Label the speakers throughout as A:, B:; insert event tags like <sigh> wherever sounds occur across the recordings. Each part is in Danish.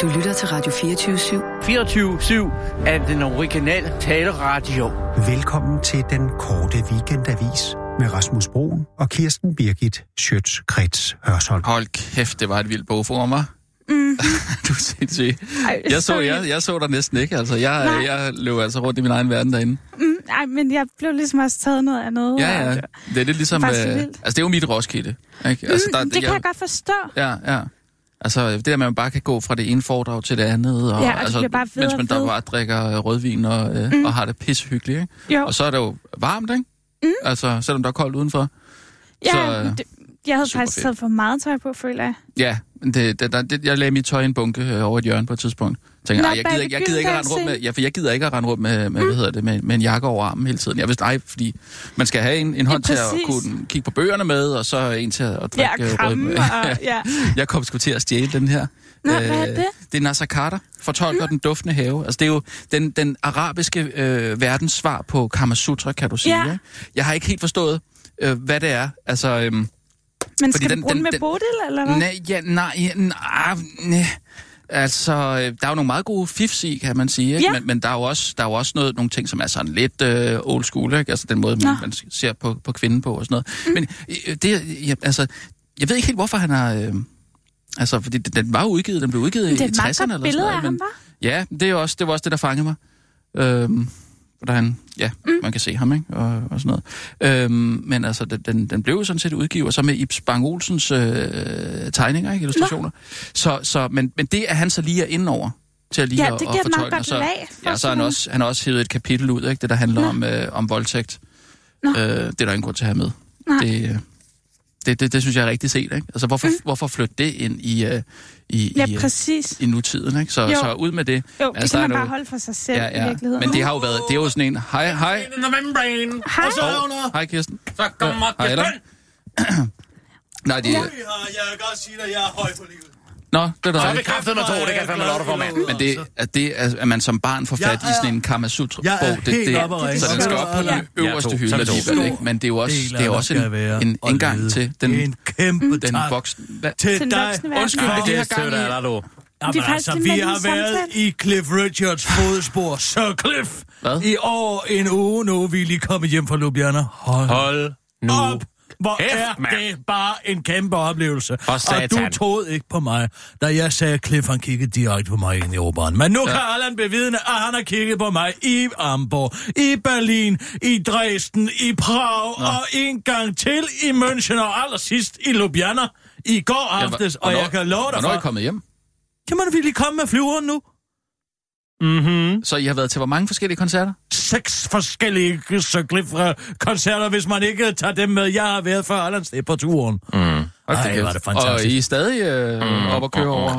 A: Du lytter til Radio 24 /7.
B: 24-7 er den originale taleradio.
C: Velkommen til den korte weekendavis med Rasmus Broen og Kirsten Birgit Schøtz-Krets Hørsholm.
D: Hold kæft, det var et vildt bogforum, hva'?
E: Mm-hmm.
D: <laughs> du er sindssyg.
E: Ej,
D: Jeg så,
E: sorry.
D: jeg, jeg så dig næsten ikke, altså. Jeg,
E: Nej.
D: jeg løb altså rundt i min egen verden derinde.
E: Mm, ej, men jeg blev ligesom også taget noget Mm, andet.
D: Ja, ja.
E: og-
D: Det er lidt ligesom... Øh,
E: Faktisk
D: altså,
E: vildt.
D: det er jo mit Roskilde. Ikke?
E: Mm,
D: Altså,
E: det kan jeg godt forstå.
D: Ja, ja. Altså, det der med, at man bare kan gå fra det ene foredrag til det andet, og,
E: Ja, og det
D: altså,
E: bliver bare federe
D: mens
E: og
D: man der
E: federe.
D: bare drikker øh, rødvin og, øh, mm. og har det pissehyggeligt, ikke?
E: Jo.
D: Og så er det jo varmt, ikke? Mm. Altså, selvom der er koldt udenfor.
E: ja,
D: så, øh,
E: men det, jeg havde
D: super
E: faktisk
D: fedt.
E: taget for meget tøj på, føler jeg.
D: Ja, men det, det, der, det, jeg lagde mit tøj i en bunke øh, over et hjørne på et tidspunkt. Jeg tænkte,
E: Nå,
D: nej, jeg gider,
E: bag
D: ikke- jeg gider ikke at rende rundt med,
E: begyndelsen.
D: ja, for jeg gider ikke at rende rundt med,
E: Mm.
D: med hvad hedder det, med, med en jakke over armen hele tiden. Jeg vidste, nej, fordi man skal have en, en hånd til at
E: præcis.
D: kunne kigge på bøgerne med, og så en til at, at
E: Ja,
D: drikke
E: og
D: øh,
E: kramme
D: rødvin.
E: og...
D: <laughs>
E: Ja.
D: Jeg kom sgu til at stjæle den her. Øh,
E: Nå, hvad er det? Mm.
D: Det er Nasser Carter, fortolker den duftende have. Altså, det er jo den, den arabiske øh, verdens svar på Kama Sutra, kan du sige.
E: Ja.
D: ikke? Jeg har ikke helt forstået, øh, hvad det er. Altså, øhm,
E: Men
D: Fordi
E: skal
D: den-
E: du bruge
D: den-
E: den med
D: den-
E: Bodil, eller hvad?
D: Nej, ja, nej, ja, nej, nej. Altså, øh, der er jo nogle meget gode fifs i, kan man sige, ikke?
E: Ja.
D: Men, men der er jo også, der er jo også noget, nogle ting, som er sådan lidt øh, old school, ikke? Altså den måde, man,
E: Nå.
D: man ser på, på kvinden på og sådan noget. Mm. Men øh, det, ja, altså, jeg ved ikke helt, hvorfor han har... Øh, altså, fordi den, den var jo udgivet, den blev udgivet i
E: Det
D: 60'erne eller
E: er et meget
D: sådan
E: godt
D: noget.
E: billede af
D: men-
E: ham, var.
D: Ja, det, er jo også, det var også det, der fangede mig. Øhm, der han, ja, mm. man kan se ham, ikke? Og, og sådan noget. Øhm, men altså, den, den, den blev jo sådan set udgivet, og så med Ibs Bang Olsens øh, tegninger, ikke? Illustrationer. Så, så, men, men det er han så lige er inde over til at lige
E: Ja,
D: at,
E: det
D: at
E: giver et meget
D: fortolke.
E: godt
D: og så,
E: lag for
D: ja, så har han
E: sådan-
D: også, han har også hævet et kapitel ud, ikke? Det, der handler
E: Nå.
D: om, øh, om voldtægt.
E: Nå.
D: Øh, det er der ingen grund til at have med.
E: Nej.
D: Det, øh, det, det, det, synes jeg er rigtig set, ikke? Altså, hvorfor, mm. hvorfor flytte det ind i, øh, i,
E: Ja,
D: i, øh,
E: præcis.
D: i nutiden, ikke? Så,
E: Jo.
D: så ud med det.
E: Jo, det
D: Altså,
E: kan
D: der
E: man
D: er
E: bare
D: noget-
E: holde for sig selv i virkeligheden.
D: Men det har jo været, det er jo sådan en, hej, hej,
B: In the membrane.
E: Hej.
B: Og så er hun her.
D: hej Kirsten.
B: Så kommer
D: Hej,
B: det
D: Allan. Nej, det er...
F: Jeg kan godt sige dig, jeg er høj på livet.
D: Nå, det er
B: Så er
D: der
B: vi
D: ikke.
B: kraftet med to, det kan jeg fandme lov for, mand.
D: Men det, at det er, at man som barn får fat
F: Jeg
D: i
F: er-
D: sådan en Kama Sutra
F: Jeg er
D: bog, det,
F: helt
D: det,
F: oppe at ringe.
D: så den skal op på
E: Ja.
D: den øverste
B: Ja, to.
D: hylde
B: Sådan to.
D: alligevel, ikke? Men det er jo også,
F: Deler,
D: det er jo
F: der
D: også
F: skal
D: en,
F: være
D: en,
F: og
D: en gang
F: lede.
D: til
F: Det er
D: den,
F: en kæmpe
D: den
F: tak
D: voksne. Hvad?
E: Til
F: til
E: den
F: dig.
E: voksne verden.
D: Undskyld,
E: Nå.
D: det er det, jeg har gang i.
E: Vi
F: Jamen
E: er faktisk
F: altså,
E: lidt
F: vi
E: med i
F: har
E: en
F: været
E: samtale.
F: i Cliff Richards fodspor. Sir Cliff!
D: Hvad?
F: I over en uge nu vi er lige kommet hjem fra Ljubljana. Hold,
G: Hold nu.
F: op! Hvor
G: Kæft,
F: er
G: mand.
F: det bare en kæmpe oplevelse.
G: For
F: Og du
G: satan.
F: troede ikke på mig, da jeg sagde, at Cliff han kiggede direkte på mig ind i operen. Men nu ja. kan Allan bevidne, at han har kigget på mig i Hamburg, i Berlin, i Dresden, i Prag Nå. og en gang til i München og allersidst i Ljubljana i går
D: Ja, hva-
F: aftes. og
D: hvornår-
F: jeg kan love dig
D: Hvornår er I
F: for...
D: kommet hjem?
F: Kan man virkelig komme med flyveren nu?
D: Så I har været til hvor mange forskellige koncerter?
F: seks forskellige Cliff-koncerter, hvis man ikke tager dem med. Jeg har været før Allan Step på turen. Mm.
D: Hold da
F: Ej,
D: kæft.
F: var det fantastisk.
D: Og I er stadig øh, op og køre over.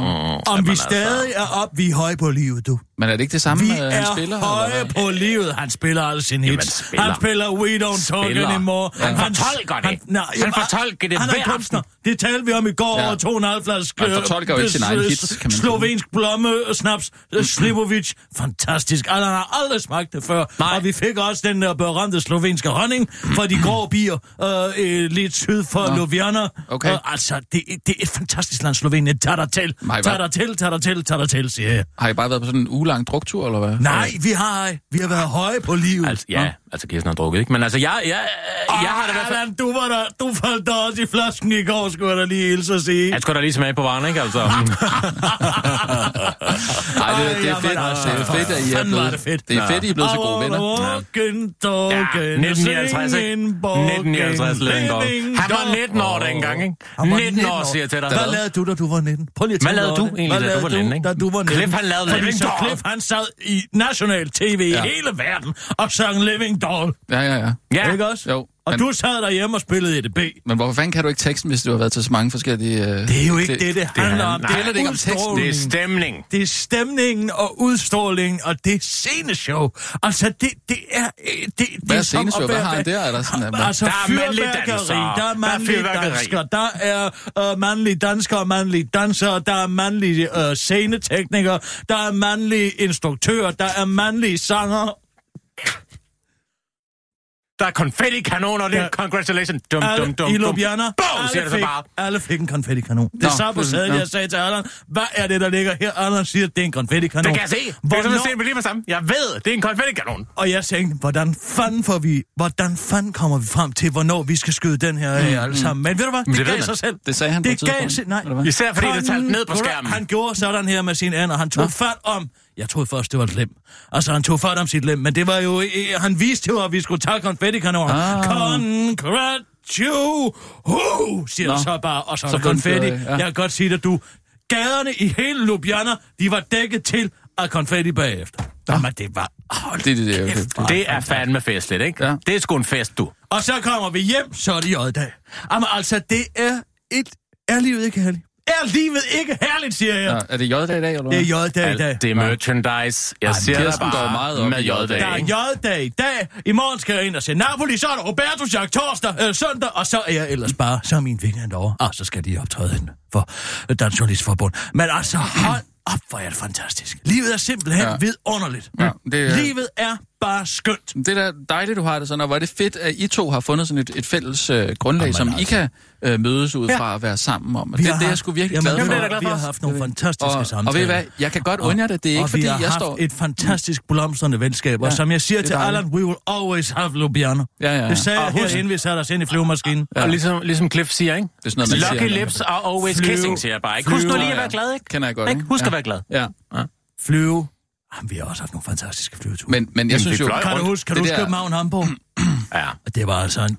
F: Om vi stadig er op, vi er høje på livet, du.
D: Men er det ikke det samme,
F: Vi
D: øh,
F: er
D: han spiller? eller
F: høje
D: hvad?
F: på livet. Han spiller alle sine hits.
G: spiller.
F: Han spiller We Don't Talk
G: Spiller.
F: Anymore.
G: Han fortolker det.
F: nej,
G: Han
F: jamen,
G: fortolker det
F: Han
G: hver
F: er
G: aften.
F: kunstner. Det talte vi om i går
D: Ja.
F: ja. over to og en halv flaske.
D: Han fortolker jo ikke
F: øh,
D: sin egen
F: s-
D: hits, kan man sige.
F: Slovensk blomme, øh, snaps, øh, Slivovic. Fantastisk. Allan har aldrig smagt det før.
G: Nej.
F: Og vi fik også den der berømte slovenske honning fra de grå bier øh, øh, lidt syd for Ljubljana.
D: Okay.
F: Og, altså, det, det er et fantastisk land, Slovenien. Tag dig til.
D: Nej, hvad?
F: Tag dig til, tag dig til, tag dig til, siger jeg.
D: Har I bare været på sådan en ugelang druktur, eller hvad?
F: Nej, vi har ej. Vi har været høje på livet.
G: Altså, ja, altså Kirsten har drukket, ikke? Men altså, jeg, jeg, jeg har da i hvert fald...
F: Ah, Allan, du, var der, du faldt der også i flasken i går, skulle jeg da lige hilse og sige.
G: Jeg skulle da lige smage på varen, ikke? Altså,
D: Nej, det, det er
F: Ej,
D: fedt.
F: jamen, altså,
D: Det er fedt, at I er
F: fanden var
D: blevet,
F: det fedt.
D: det er fedt, I er blevet så gode venner.
F: Walking, talking,
G: ja, 1959, ikke?
F: singing, walking,
G: 1959 Lindgaard.
F: living,
G: Han var
F: dog.
G: 19 år dengang, ikke?
F: Han var
G: 19 år, siger jeg til dig.
F: Hvad lavede du, da du var 19? Prøv lige at
G: Hvad
F: tænke
G: lavede
F: over
G: du
F: det.
G: egentlig,
F: Hvad
G: da du var 19, ikke?
F: da du var 19?
G: Cliff, han lavede
F: Fordi
G: Living
F: så
G: Doll.
F: Cliff, han sad i national tv i
D: Ja.
F: hele verden og sang Living Doll.
D: Ja, ja, ja.
G: Ja.
F: Ikke også?
D: Jo.
F: Og
D: Men-
F: du sad derhjemme og spillede E EDB.
D: Men hvorfor fanden kan du ikke teksten, hvis du har været til så mange forskellige... Øh,
F: Det er jo ikke det, det handler om.
G: nej,
D: det er ikke om teksten.
F: udstrålingen.
G: Det er stemning.
F: Det er stemningen og udstrålingen, og det er sceneshow. Altså, det, det er... øh, Det, det
D: Hvad er
F: som at
D: sceneshow? Hvad
F: være-
D: har han der? Er der sådan, at-
F: altså,
G: Der er mandlige
F: fyrværkeri,
G: dansere.
F: der
G: Der
F: er
G: er
F: mandlige
G: fyrværkeri.
F: danskere, der er øh, mandlige danskere og mandlige dansere, der er mandlige øh, sceneteknikere, der er mandlige instruktører, der er mandlige sanger.
G: Der er konfetti-kanoner, det er
F: Ja.
G: congratulations. Dum,
F: Alle,
G: dum, dum,
F: I
G: dum.
F: Ljubljana,
G: Boom, siger
F: alle,
G: det så
F: fik,
G: bare.
F: alle fik en konfettikanon. Det
D: Nå,
F: samme på
D: det-
F: sædet,
D: nå.
F: jeg sagde til Allan, hvad er det, der ligger her? Allan siger, det er en konfettikanon.
G: Det kan jeg se. Det er sådan, jeg ser det lige med sammen. Jeg ved, det er en konfetti-kanon.
F: Og jeg tænkte, hvordan fanden får vi, hvordan fanden kommer vi frem til, hvornår vi skal skyde den her af alle sammen? Men ved du hvad, det,
G: det ved
F: gav
G: man.
F: sig selv.
D: Det sagde han på et
F: det gav
D: tidspunkt,
F: sig, nej.
D: eller hvad?
G: Især fordi det talte ned på
F: Congrats.
G: skærmen.
F: Han gjorde sådan her med sin and, og han tog fat om, jeg troede først, det var et lem. Altså, han tog fat om sit lem, men det var jo, øh, han viste jo, at vi skulle tage konfettikanoner. Ah. Congrats you! Huh, siger
D: Nå.
F: det så bare, og så,
D: Så
F: så
D: blev den
F: konfetti.
D: fyret af, ja.
F: Jeg kan godt sige det, du. Gaderne i hele Ljubljana, de var dækket til af konfetti bagefter. Jamen, det var... Hold
D: Det er det, det er jo-
F: kæft,
G: Det er fandme festligt, ikke?
D: Ja.
G: Det er sgu en fest, du.
F: og så kommer vi hjem, så er det joddag. Jamen altså, det er et... Er livet ikke herligt? Er livet ikke herligt, siger jeg.
D: Nå, er det J-dag i dag, eller hvad?
F: Det er joddag i dag.
G: Alt det merchandise. Jeg siger det
D: Kirsten går
G: bare
D: meget op
G: med
D: i J-dag.
F: Der er
G: J-dag.
F: joddag i dag. I morgen skal jeg ind og se Napoli, så er der Roberto Jacques torsdag, øh, søndag, og så er jeg ellers bare, så er min vinger derovre. Og så skal de optræde hende for Dansk Journalistforbund. Men altså, hold op, hvor er det fantastisk. Livet er simpelthen
D: Ja.
F: ja. vidunderligt.
D: Ja, det er-
F: Livet er bare skønt.
D: Det er da dejligt, du har det sådan, og hvor er det fedt, at I to har fundet sådan et, et fælles øh, grundlag,
F: Jamen,
D: som I
F: altså.
D: kan øh, mødes ud fra at være sammen om. Og det, det er jeg sgu virkelig glad for.
F: Jamen, vi har haft nogle fantastiske
D: og,
F: samtaler.
D: og ved I hvad, jeg kan godt undre det. Det er ikke,
F: og
D: fordi
F: vi har
D: jeg
F: haft
D: står...
F: et fantastisk blomstrende venskab, ja, og som jeg siger
D: det er
F: til
D: dejligt.
F: Allan, we will always have Ljubljana.
D: Ja, ja, ja.
F: Det sagde
G: Og
F: jeg
G: husk-
F: herinde, vi satte os ind i flyvemaskinen.
G: Og ligesom, ligesom Cliff siger, ikke?
D: Det er sådan noget, man
G: Lucky
D: siger,
G: lips are always
F: Flyve-
G: kissing, siger jeg bare. Ikke? Husk nu
D: Flyver,
G: lige at
D: ja.
G: være glad, ikke?
D: Kender jeg godt,
G: Ikke? Husk
D: Ja.
G: at være glad.
D: Ja,
F: Flyve. Jamen, vi har også haft nogle fantastiske flyveture.
D: men, men jeg synes
G: vi
D: jo...
G: fløj
F: kan du
G: rundt.
F: huske, kan du
D: det
F: huske
D: der-
F: København Hamburg?
G: Ja.
F: Det var altså en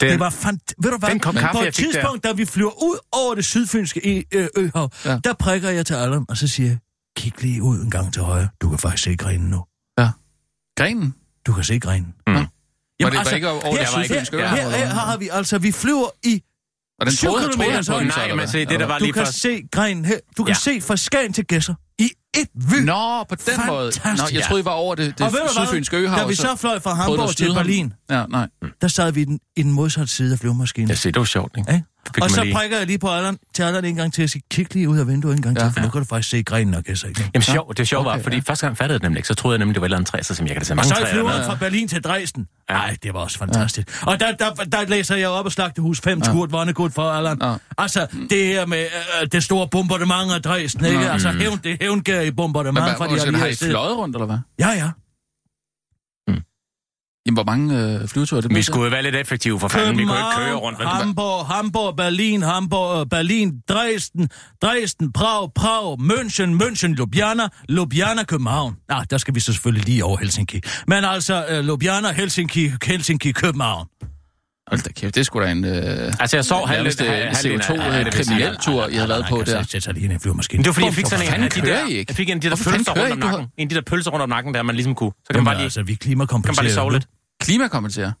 G: Den,
F: Det var fant... Ved du hvad?
G: Den kop kaffe,
F: på
G: jeg
F: et
G: fik der.
F: tidspunkt, da vi flyver ud over det sydfynske ø- ø- øhav,
D: Ja.
F: ja. der prikker jeg til Allan, og så siger jeg, kig lige ud en gang til højre. Du kan faktisk se grenen nu.
D: Grenen?
F: Du kan se grenen.
G: Mm.
F: Nå.
D: Var det ikke over-
F: her,
D: jeg var ikke ønsket
F: her,
D: over-
F: her, her, har vi altså, vi flyver i...
D: Og den
F: Syv
D: troede, troede
F: kilometer,
D: han på
F: så-
D: den så,
G: Nej,
D: eller
G: men
D: hvad?
G: se, det der var
F: Du
G: lige
F: kan
G: først.
F: se grenen her. Du kan
G: Ja.
F: se fra Skagen til Gæsser i et vy.
D: Nå, på den måde. Nå,
F: Fantastisk.
D: jeg troede, I var over det, det
F: og ved du hvad?
D: sydfynske øhav.
F: Da vi
D: og
F: så fløj fra
D: troede, der
F: Hamburg til
D: skyder ham.
F: Berlin,
D: Ja, nej.
F: der sad vi i den, i den modsatte side af flyvemaskinen.
G: Jeg siger, det var sjovt, ikke?
F: Ikke?
G: Fik
F: Og
G: man
F: så
G: lige-
F: prikker jeg lige på Allan, til Allan en gang til at sige, kig lige ud af vinduet en gang til,
D: Ja.
F: for nu kan du faktisk se grenen og gæsser igen.
G: Jamen sjov, det sjove var,
D: Okay,
G: fordi første gang fattede jeg det nemlig ikke, så troede jeg nemlig, det var et eller andet træ, så som jeg kan da se
F: Og
G: mange
F: så
G: træer.
F: i flyveren
G: dernede.
F: fra Berlin til Dresden.
G: Ja.
F: Nej, det var også fantastisk. Og der, der, der læser jeg op og slagte hus fem ja. skurt vondegud for Allan.
D: Ja.
F: Altså, det her med øh, det store bombardement af Dresden, ikke? Altså, hævn, det hævngær i
D: Men
F: bombardement
D: hvad,
F: fra de
D: undskyld, har I
F: allierede
D: fløjet rundt, eller hvad?
F: Ja, ja.
D: Jamen, hvor mange øh, flyveture er det?
G: Vi
D: blevet til?
G: skulle jo være lidt effektive for fanden, vi kunne ikke køre rundt. Men det var-
F: Hamburg, Hamburg, Berlin, Hamburg, øh, Berlin, Dresden, Dresden, Prag, Prag, München, München, Ljubljana, Ljubljana, København. Nej, ah, der skal vi så selvfølgelig lige over Helsinki. Men altså, øh, Ljubljana, Helsinki, Helsinki, København.
D: Hold da kæft, det er sgu da en... Øh...
G: Altså, jeg sov halv
D: nærmest øh, en CO2-kriminel-tur, I har lavet på der.
F: Ah, Jeg sætter lige ind i flyvemaskinen.
G: Men det var fordi, jeg fik sådan en
D: fanden
G: af de der,
D: kører I ikke?
G: jeg fik en af de der
D: Hvorfor fanden
G: pølser
D: kører
G: rundt om
D: I ikke?
G: nakken. En af de der pølser rundt om nakken, der man ligesom kunne. Så kan man
F: Jamen,
G: bare lige,
F: altså, vi
G: kan man
F: klimakompenserer.
G: bare lige sove
F: nu.
G: lidt.
D: Klimakommenterer.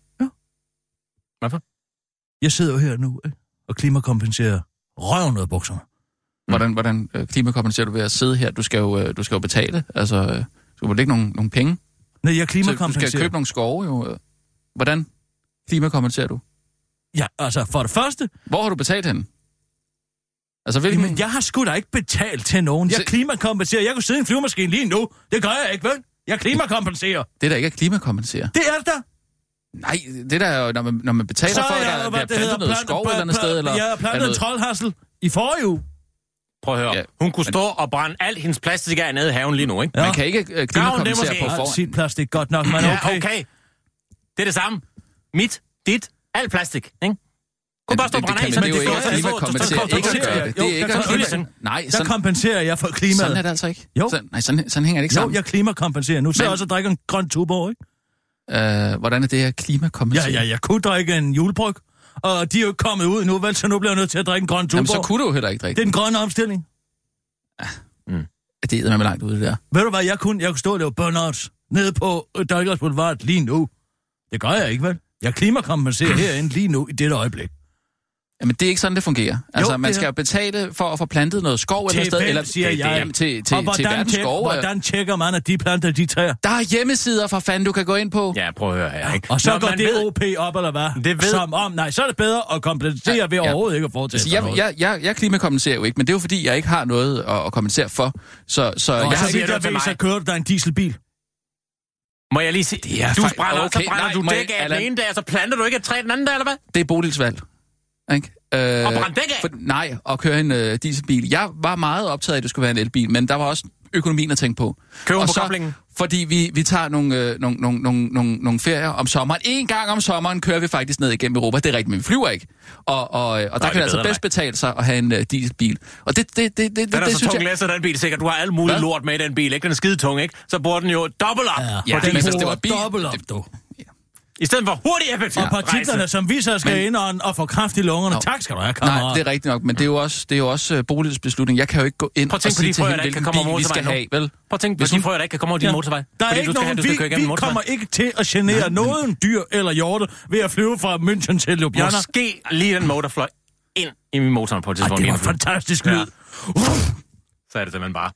F: Jeg sidder jo her nu ikke? og klimakompenserer røven ud af bukserne. Mm.
D: Hvordan, hvordan øh, klimakompenserer du ved at sidde her? Du skal jo, øh, du skal jo betale. Altså, øh, du skal jo lægge nogle, nogle penge.
F: Nej, jeg
D: Så du skal
F: klimakompenserer.
D: købe nogle skove, jo. øh. Hvordan klimakompenserer du?
F: Ja, altså, for det første,
D: Hvor har du betalt henne? Altså, hvilken...
F: Jamen, jeg har sgu da ikke betalt til nogen. Jeg
D: Se-
F: klimakompenserer. Jeg kunne sidde i en flyvemaskine lige nu. Det gør jeg ikke, vel? Jeg klimakompenserer.
D: Det er da ikke at klimakompensere.
F: Det er det da.
D: Nej, det der er jo, når man, når man betaler for, at
F: er
D: der
F: jo,
D: bliver
F: det hedder,
D: plantet noget
F: plantet-
D: skov et eller andet
F: pla-
D: sted, eller...
F: Jeg har
D: eller
F: plantet en
D: noget-
F: troldhassel i forrige uge.
G: Prøv at
D: Ja.
G: høre. Hun kunne stå og brænde alt hendes plastik af nede i haven lige nu, ikke?
D: Man kan ikke øh, klimakompensere
G: måske.
D: på
G: Ja,
F: Ej,
D: forhånd.
F: sit plastik godt nok, men
G: Ja,
F: okay.
G: okay. Det er det samme. Mit, dit, alt plastik, ikke? Kunne bare stå og
D: det, det,
G: brænde
D: kan man
G: af, sådan
D: jo
G: det
D: ikke
G: står-
D: klimakompensere.
G: står- står-
D: Ikke at gøre det.
F: Jo,
D: Det er ikke
F: der
D: at
F: kan
G: selvfølgelig
D: klimakompensere. Nej,
F: Der
D: sådan,
F: kompenserer jeg for klimaet.
D: sådan er det altså ikke.
F: Jo.
D: Sådan, nej, sådan, sådan hænger det ikke
F: Jo,
D: sammen.
F: jeg klimakompenserer. Nu sidder
D: Men-
F: jeg også og drikker en grøn tuborg, ikke?
D: Øh, hvordan er det her
F: Ja,
D: klimakompensere?
F: ja, jeg kunne drikke en julebryg. Og de er jo ikke kommet ud nu, vel? Så nu bliver jeg nødt til at drikke en grøn tuborg.
D: Jamen, så kunne du jo heller ikke
F: Det
D: drikke.
F: er den grønne omstilling.
D: Det, det er med langt ude, det der.
F: Ved du hvad, jeg kunne, jeg kunne stå og lave burnouts nede på øh, Dalgas Boulevard lige nu. Det gør jeg ikke, vel? Jeg klimakompenserer herinde lige nu i dette øjeblik.
D: Jamen, det er ikke sådan, det fungerer. Altså, jo,
F: det
D: man
F: er-
D: skal jo betale for at få plantet noget skov eller et sted,
F: hvem,
D: eller
F: siger
D: det,
F: jeg?
D: jamen, til, til,
F: og
D: til
F: hvordan,
D: verdens
F: tjek,
D: skove.
F: hvordan tjekker man, at de planter de træer?
D: Der er hjemmesider for fanden, du kan gå ind på.
G: Ja, prøv at høre her, ikke?
F: Og så
G: Når
F: Nå, går
G: man
F: det
G: ved-
F: ved... OP op, eller hvad?
G: Det ved-
F: Som om, nej, så er det bedre at kompensere
D: Ja,
F: ja, ved
D: ja.
F: overhovedet ikke at foretage
D: Så
F: sig
D: Altså, jeg,
F: noget.
D: jeg, jeg, jeg klimakompenserer jo ikke, men det er jo fordi, jeg ikke har noget at, at kompensere for. Så, så
F: Og
D: jeg
F: så
D: har
G: siger
F: vidt
G: du
F: jeg
G: til
F: ved,
G: mig.
F: så kører du dig en dieselbil.
G: Må jeg lige se? Det
D: er
G: du
D: fej-
G: brænder, okay,
D: okay,
G: så brænder
D: nej,
G: du
D: må jeg-
G: dæk af den
D: Allan-
G: ene dag, og så planter du ikke et træ den anden dag, eller hvad?
D: Det er Bodils valg. Ikke? Øh,
G: Og brænde dæk af?
D: nej, og køre en øh, dieselbil. Jeg var meget optaget af, at det skulle være en elbil, men der var også økonomien at tænke på.
G: Køb
D: og
G: på koblingen.
D: Fordi vi, vi tager nogle, øh, nogle, nogle, nogle, nogle, nogle ferier om sommeren. En gang om sommeren kører vi faktisk ned igennem Europa. Det er rigtigt, men vi flyver ikke. Og, og, øh, og der
G: er
D: kan det altså
G: bedre,
D: bedst betale sig at have en øh, dieselbil. Og det, det, det, det, det,
G: Den
D: det
G: er så
D: synes
G: tung
D: jeg...
G: læsser, den bil, sikkert. Du har alt muligt
D: Hvad?
G: lort med i den bil, ikke? Den er skide tung, ikke? Så bruger den jo dobbelt op. Ja.
D: Ja,
F: Ja, den
D: men
F: men,
D: hvis
F: bruger
D: det var bil-
F: dobbelt op, du.
G: I stedet for hurtig effektiv
F: Og partiklerne,
G: rejse.
F: som vi så skal men... indånde og få kraft i lungerne.
D: Nå.
F: Tak skal du have,
D: Nej,
F: kammerat.
D: det er rigtigt nok, men det er jo også, det er jo også øh, boligets beslutning. Jeg kan jo ikke gå ind
G: Prøv
D: og
G: at tænke på
D: sige
G: de
D: til
G: frøer,
D: hende,
G: der ikke
D: hvilken
G: kan komme
D: bil
G: over
D: vi skal
G: motorvejen
D: have,
G: nu.
D: vel?
G: Prøv at tænke på
D: Hvis
G: de
D: hun-
G: frøer, der ikke kan komme over din motorvej.
F: Der er
G: fordi
F: ikke
G: du skal have,
F: nogen,
G: du skal køre
F: vi,
G: igennem en
F: vi
G: motorvej.
F: kommer ikke til at genere nogen dyr eller hjorte ved at flyve fra München til Ljubljana.
G: Måske lige den motor fløj ind i min motor på et
F: Ej,
G: tidspunkt.
F: det var
G: Inden-
F: fantastisk lyd.
G: Ja. Så er det simpelthen bare.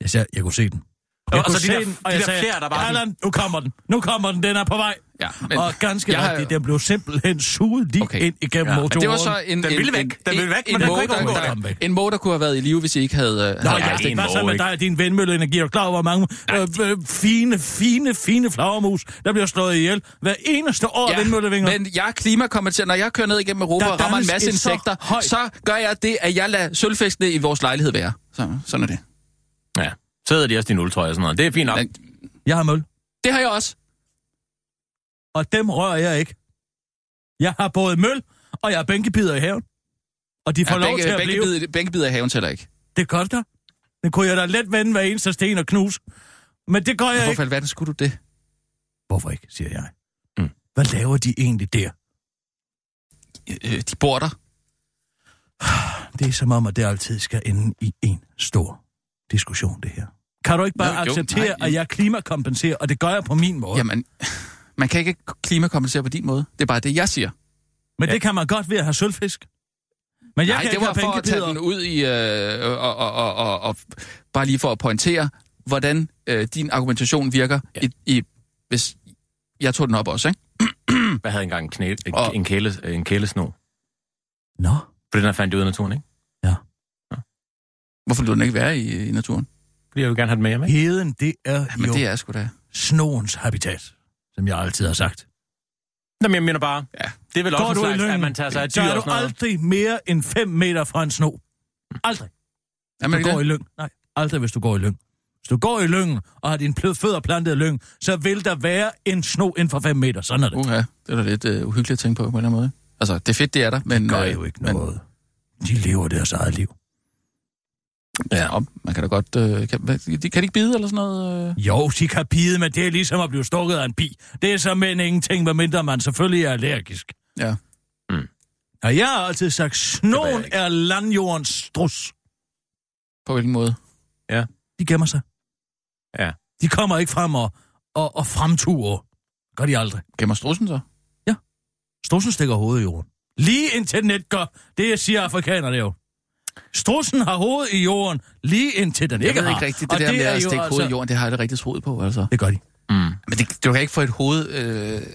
F: Jeg, sagde, jeg kunne se den.
G: Og-
F: Jeg
G: og
F: kunne
G: så de
F: se
G: der-
F: den,
G: de
F: og jeg
G: der
F: sagde,
G: fjer, der bare-
F: Allan, nu kommer den. Nu kommer den, den er på vej.
D: Ja,
F: Men, og ganske
D: jeg har-
F: rigtigt, den blev simpelthen suget lige
D: Okay.
F: okay. ind igennem
G: Ja,
F: ja,
D: Men
G: men
F: motoren.
D: det var så en,
G: Den
D: en,
G: ville væk.
D: En,
G: Den ville væk,
D: en,
G: men den kunne
D: motor,
G: ikke undgå
D: der,
F: det.
D: En motor kunne have været i live, hvis I ikke havde... øh,
F: Nå
D: havde
F: ja,
D: rejst
F: det
D: den.
F: ikke var
G: en
F: så
G: måge,
F: med
G: ikke?
F: dig og din vindmølleenergi. Er du klar over, hvor mange øh, øh, fine, fine, fine flagermus, der bliver slået ihjel hver eneste år ja, vindmøllevinger?
D: men jeg er klimakompenseret. Når jeg kører ned igennem Europa
F: Der
D: og rammer en
F: dannes
D: masse
F: et så
D: insekter, så,
F: højt-
D: gør jeg det, at jeg lader sølvfiskene i vores lejlighed være. Så, sådan er det.
G: Ja. Så hedder de også din uldtrøje og sådan noget. Det er fint nok.
D: Men,
F: Jeg har møl,
D: det har jeg også.
F: og dem rører jeg ikke. Jeg har både møl, og jeg har bænkebider i haven. Og de får
D: Ja,
F: ja, lov til
D: bænke,
F: at blive.
D: bænkebid, bænkebid af haven tæller ikke.
F: Det koster. Det kunne jeg da let vende hver eneste sten og knuse. Men det gør jeg
D: Hvorfor
F: ikke.
D: i alverden skulle du det?
F: Hvorfor ikke, siger jeg.
G: Mm.
F: Hvad laver de egentlig der?
D: Øh, de bor der.
F: Det er som om, at det altid skal ende i en stor diskussion, det her. Kan du ikke bare
D: Nå,
F: Nå,
D: jo,
F: acceptere,
D: nej, jo.
F: at jeg klimakompenserer, og det gør jeg på min måde? Jamen,
D: Jamen, <laughs> man kan ikke klimakompensere på din måde. Det er bare det, jeg siger.
F: Men det kan man godt ved at have sølvfisk. Men jeg
D: Nej,
F: kan
D: det
F: ikke
D: var
F: have
D: for at tage
F: bænkebider.
D: den ud i... Øh, og, og, og, og, og, bare lige for at pointere, hvordan øh, din argumentation virker, ja. i, i, hvis jeg tog den op også, ikke?
G: Hvad havde engang en, knæ, en,
D: Og-
G: en, kæle, en kælesno?
F: Nå,
G: For den her fandt jeg ud af naturen, ikke?
D: Hvorfor lå den ikke være i, i naturen?
G: Fordi jeg vil gerne have den med hjem, ikke?
F: heden, det er
D: Men
F: jo
D: det er sgu da...
F: snoens habitat, som jeg altid har sagt.
G: Jamen, jeg mener bare,
D: Ja.
G: det er vel
F: Går
G: også
F: du i
G: en slags, at
F: lønnen,
G: man tager sig af
F: så
G: dyr
F: er
G: og
F: du
G: sådan noget.
F: aldrig mere end 5 meter fra en sno. Aldrig.
D: Er man
F: Hvis du
D: ikke
F: går i
D: det?
F: lyng. Nej, aldrig hvis du går i lyng. Hvis du går i lyngen og har dine plø- fødder plantet i lyng, så vil der være en sno inden for 5 meter. Sådan er det.
D: Uha, det er da lidt øh, uhyggeligt at tænke på, på en eller anden måde. Altså, det er fedt, det er der, men...
F: Det gør
D: øh,
F: jo ikke
D: men-
F: noget. De lever deres eget liv.
D: Ja, om, man kan da godt... Øh, kan, hvad, de, kan de ikke bide eller sådan noget? Øh?
F: Jo, de kan bide, men det er ligesom at blive stukket af en bi. Det er simpelthen ingenting, medmindre man selvfølgelig er allergisk.
D: Ja.
G: Mm.
F: Og jeg har altid sagt,
G: Det ved jeg
F: snogen
G: ikke.
F: er landjordens strus.
D: På hvilken måde?
F: De gemmer sig.
G: Ja.
F: De kommer ikke frem og, og, og fremturer. Gør de aldrig.
D: Gemmer strussen så?
F: Strussen stikker hovedet i jorden. Lige indtil den ikke gør. Det siger afrikanerne jo. Strussen har hovedet i jorden, lige indtil den
D: Jeg
F: ikke
D: ved
F: har.
D: ikke rigtigt, det
F: Og
D: der med
F: er
D: at
F: jo
D: stikke hovedet i
F: altså-
D: jorden, det har jeg det rigtige troet på, altså.
F: Det gør de.
G: Mm.
D: Men det, du kan ikke få et hoved... Øh,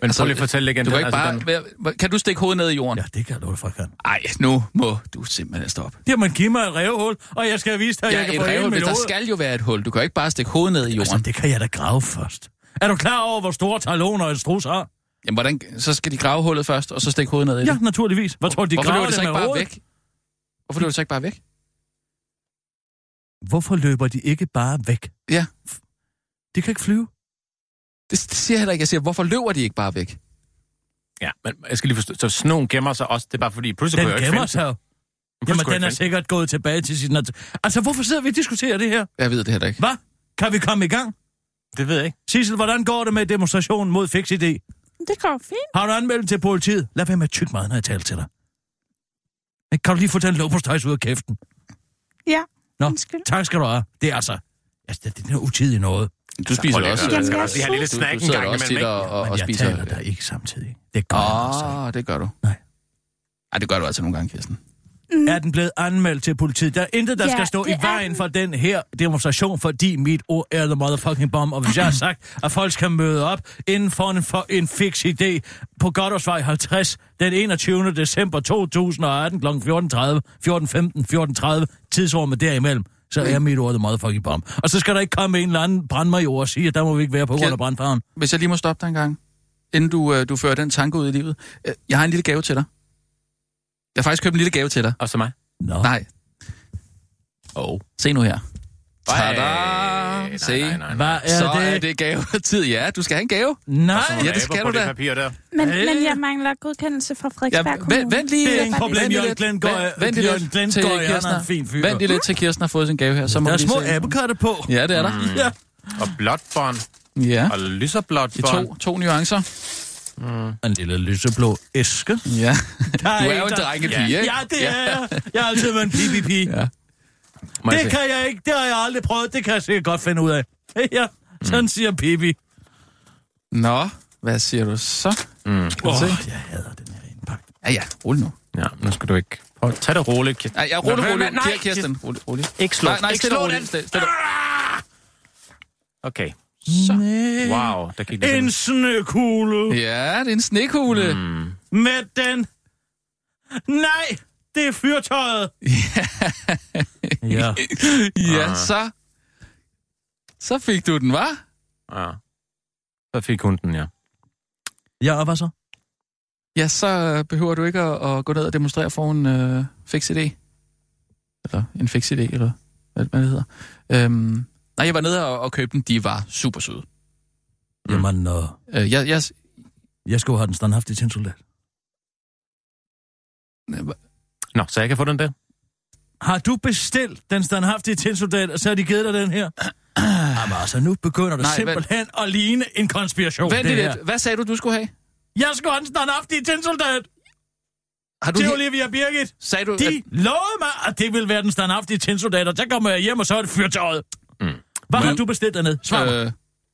G: Men prøv lige at fortælle igen.
D: Du kan
G: den-
D: ikke
G: altså,
D: bare...
G: den-
D: hvad- Kan du stikke hovedet ned i jorden?
F: Ja, det kan jeg love dig for, jeg kan.
D: Nej, nu må du simpelthen stoppe.
F: Jamen, giv mig et revhul, og jeg skal vise dig, at
D: Ja,
F: jeg kan
D: et
F: få hele
D: revhul,
F: mit
D: men der
F: hoved.
D: skal jo være et hul. Du kan jo ikke bare stikke hovedet ned i jorden.
F: Altså, det kan jeg da grave først. Er du klar over, hvor store taloner en strus har?
D: Jamen, hvordan, så skal de grave hullet først, og så stikke hovedet ned i det?
F: Ja, naturligvis. Hvor tror du, de
D: Hvorfor
F: graver
D: løber det
F: det,
D: så
F: med
D: ikke bare
F: hovedet?
D: væk? Hvorfor løber det så ikke bare væk?
F: Hvorfor løber de ikke bare væk?
D: Ja.
F: De kan ikke flyve.
D: Det, det siger jeg heller ikke. Jeg siger, hvorfor løber de ikke bare væk?
G: Ja, men jeg skal lige forstå. Så snogen gemmer sig også. Det er bare fordi, pludselig
F: Den
G: kunne jeg jo ikke
F: gemmer
G: finde
F: sig jo. Jamen, den er sikkert gået tilbage til sin... nat- Altså, hvorfor sidder vi og diskuterer det her?
D: Jeg ved det heller ikke.
F: Hvad? Kan vi komme i gang?
G: Det ved jeg ikke.
F: Sissel, hvordan går det med demonstrationen mod Fix ID?
E: Det går fint.
F: Har du anmeldt den til politiet? Lad være med at tykke meget, når jeg taler til dig. Men Kan du lige få den lopostejs ud af kæften?
E: Ja.
F: Nå,
E: Undskyld.
F: tak skal du have. Det er altså... Altså, det, det er noget utidig noget.
D: Du spiser
G: Prøv lige at
D: også...
G: høre.
E: Jamen,
G: skal
E: jeg
F: altså,
G: også lige have en lille
E: synes-
G: snack
D: du
G: en
D: sidder
G: gang
D: da også tit
G: imellem, ikke?
D: og, og,
F: Men
D: og
F: jeg
D: spiser...
F: taler der ikke samtidig. Det gør
G: Ah.
F: jeg altså ikke.
D: Åh, det gør du.
F: Nej.
D: Ej, det gør du altså nogle gange, Kirsten.
F: Er den blevet anmeldt til politiet? Der er intet, der
E: Ja,
F: ja, skal stå
E: det
F: i
E: er
F: vejen
E: den.
F: for den her demonstration, fordi mit ord er the motherfucking bomb. Og
E: <laughs>
F: hvis jeg har sagt, at folk skal møde op inden for en, for en fix idé på Goddersvej 50 den 21. december 2018 kl. 14.30, 14.15, 14.30, tidsrummet derimellem, så er mit ord the motherfucking bomb. Og så skal der ikke komme en eller anden brandmajor og sige, at der må vi ikke være på grund
D: Kjeld.
F: af brandfaren.
D: Hvis jeg lige må stoppe dig en gang, inden du, øh, du fører den tanke ud i livet. Øh, jeg har en lille gave til dig. Jeg har faktisk købt en lille gave til dig.
G: Og så mig.
F: Nå.
D: Nej.
G: Oh.
D: Se nu her.
G: Ej,
D: Tada!
G: nej,
D: Se.
G: nej, nej, nej.
F: Hvad er
D: Så
F: det?
D: er det gavetid. Ja, du skal have en gave.
F: Nej,
D: Ja, det skal
G: på
D: du da.
G: det papir der.
E: Men,
F: Øh.
E: men jeg mangler godkendelse fra
D: Ja,
E: Frederiksberg
D: vent,
E: Kommune.
D: vent lige.
F: Det er
E: var
F: ingen
E: bare
F: problem,
E: det.
F: Jørgen
D: lidt.
F: Glengoy-
D: Vent- Vent lige
F: Jørgen
D: lidt
F: Glengoy,
D: til
F: han er en
D: Kirsten.
F: fin fyr.
D: Vent lige lidt til Kirsten har fået sin gave her. Så må
F: der er
D: vi lige
F: små
D: se.
F: abekatter på.
D: Ja, det er der.
F: Ja.
G: Og blåt bånd.
D: Mm. Ja.
G: Og lyserblåt
D: I
G: bånd.
D: to, to nuancer.
F: En lille lyseblå æske.
D: Ja. Du er jo en
F: der-
D: drengepige,
G: Ja.
D: ikke?
F: Ja, det er jeg. Jeg har altid været en pipi ja.
G: Må jeg
F: Det
G: se?
F: kan jeg ikke. Det har jeg aldrig prøvet. Det kan jeg sikkert godt finde ud af. <laughs> Ja, sådan siger Pippi.
D: Nå, hvad siger du så?
F: Mm. Åh,
D: se.
F: jeg hader den her indpakke.
D: Ja, ja, rolig nu.
G: Ja, nu skal du ikke... Prøv, tag det roligt, Kirsten.
D: Nej, ja, rolig,
G: Lad være
D: rolig.
G: med-
D: Nej, Kirsten. Rolig, rolig.
G: Ikke slå.
D: Nej, nej,
G: Ikke
D: stille
G: slå
D: og roligt.
G: den.
D: Stille- stille-
G: Okay.
F: Nej.
G: Wow, der gik
F: En
G: det
F: snekugle
D: Ja, det er en snekugle.
F: Mm.
D: <laughs>
G: Mm,
F: med den. Nej, det er fyrtøjet. ja.
D: Ja,
F: Ah.
D: så... Så fik du den, var?
G: Ja. Så fik hun den, ja.
F: Ja, og hvad så?
D: Ja, så øh, behøver du ikke at, at gå ned og demonstrere for en øh, fix idé. Eller en fix idé, eller hvad, hvad det hedder. Øhm, nej, jeg var nede og, og købte dem. De var super søde.
F: Jamen, øh,
D: Øh, jeg, jeg,
F: jeg skulle have den standhaftige til en soldat.
G: Nå, så jeg kan få den der.
F: Har du bestilt den standhaftige tinsoldat, og så har de givet dig den her? <clears throat> Jamen altså, nu begynder det
D: Nej,
F: Nej,
D: vent.
F: simpelthen vent. at ligne en konspiration,
D: vent
F: Oh, det
D: lige
F: her.
D: lidt. Hvad sagde du, du skulle have?
F: Jeg skulle have den standhaftige tinsoldat
D: Har du
F: til
D: he-
F: Olivia Birgit.
D: sagde du,
F: <laughs> De
D: at,
F: lovede mig, at det ville være den standhaftige tinsoldat, og så kommer jeg hjem, og så er det fyrtøjet.
G: Mm.
F: Mm. Hvad har
D: Men-
F: du bestilt dernede? Svar øh. mig.
D: øh,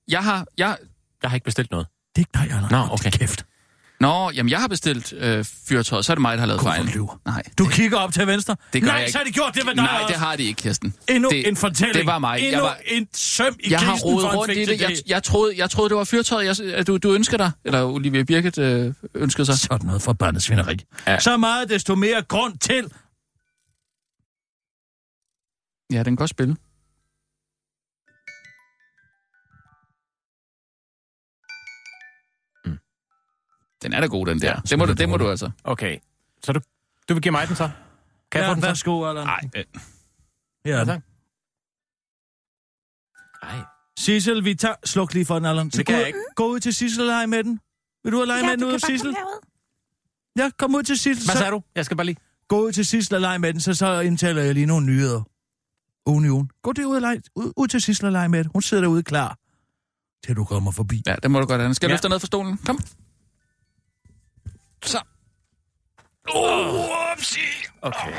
D: jeg har... Jeg,
G: Jeg har ikke bestilt noget.
F: Det er ikke dig, Allan.
G: Nå,
F: Hold
G: okay.
F: din Kæft.
D: nå, jamen, jeg har bestilt øh, fyrtøjet, så er det mig, der har lavet
F: Hvorfor
D: fejlen.
F: lyver?
D: Nej,
F: Du kigger op til venstre.
D: Det gør
F: Nej,
D: jeg ikke.
F: så har de gjort det ved dig
D: Nej,
F: også.
D: det har de ikke, Kirsten.
F: Endnu
D: det,
F: en fortælling.
D: Det var mig.
F: Endnu
D: jeg, var,
F: en søm i
D: jeg har
F: kisten for
D: rodet
F: en
D: rundt i
F: fix
D: det. Jeg,
F: idé.
D: jeg, troede, jeg troede, det var fyrtøjet, jeg, at du, du ønskede dig. Eller Olivia Birgit øh, ønskede sig.
F: Sådan noget forbandet svineri.
G: Ja.
F: Ja. Så meget desto mere grund til,
D: Ja, den kan godt spille. Mm. Den er da god, den der.
G: Ja,
D: det, må du, det må du
F: dårligt.
D: altså.
G: Okay. Så du, du vil give mig den så? Kan jeg
F: Ja,
G: få den så?
F: værsgo, Allan.
G: Nej. øh,
F: Ja.
G: tak. Nej.
F: Sissel, vi tager... Sluk lige for den, Allan. Så
G: Det kan
F: gå-
G: jeg ikke.
F: Gå ud til Sissel og lege med den. Vil du have lege
E: Ja,
F: med den
E: du
F: ud,
E: kan bare
F: Sissel?
E: komme herud.
F: Ja, kom ud til Sissel.
G: Hvad
F: så-
G: sagde du? Jeg skal bare lige...
F: Gå ud til Sissel og lege med den, så, så indtaler jeg lige nogle nyheder. Ugen i ugen. Gå det ud, og lege, ud, ud til Sissel og lege med den. Hun sidder derude klar, til du kommer forbi.
D: Ja, den må du godt have. Skal jeg
G: Ja.
D: løfte dig ned fra stolen? Kom. Så.
G: Okay.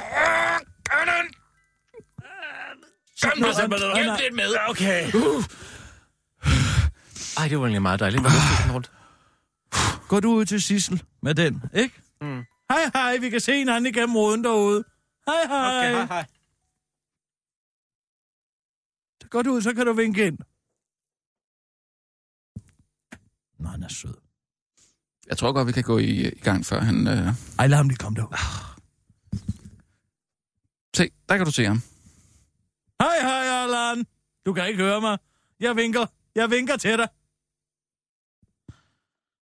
F: Kom nu, så med
G: lidt med. Uh. Okay. Ej, det var egentlig meget dejligt. Hvor løftede den rundt?
F: Gå du ud til Sissel med den, ikke? Mm. Hej, hej, vi kan se hinanden igennem ruden derude. Hej, hej. Okay,
G: hej.
F: Gå du ud, så kan du vinke ind. Nå, han er sød.
D: Jeg tror godt, vi kan gå i, i gang, før han... Øh...
F: Ej, lad ham lige komme derud.
D: Se, der kan du se ham.
F: Hej, hej, Allan. Du kan ikke høre mig. Jeg vinker. Jeg vinker til dig.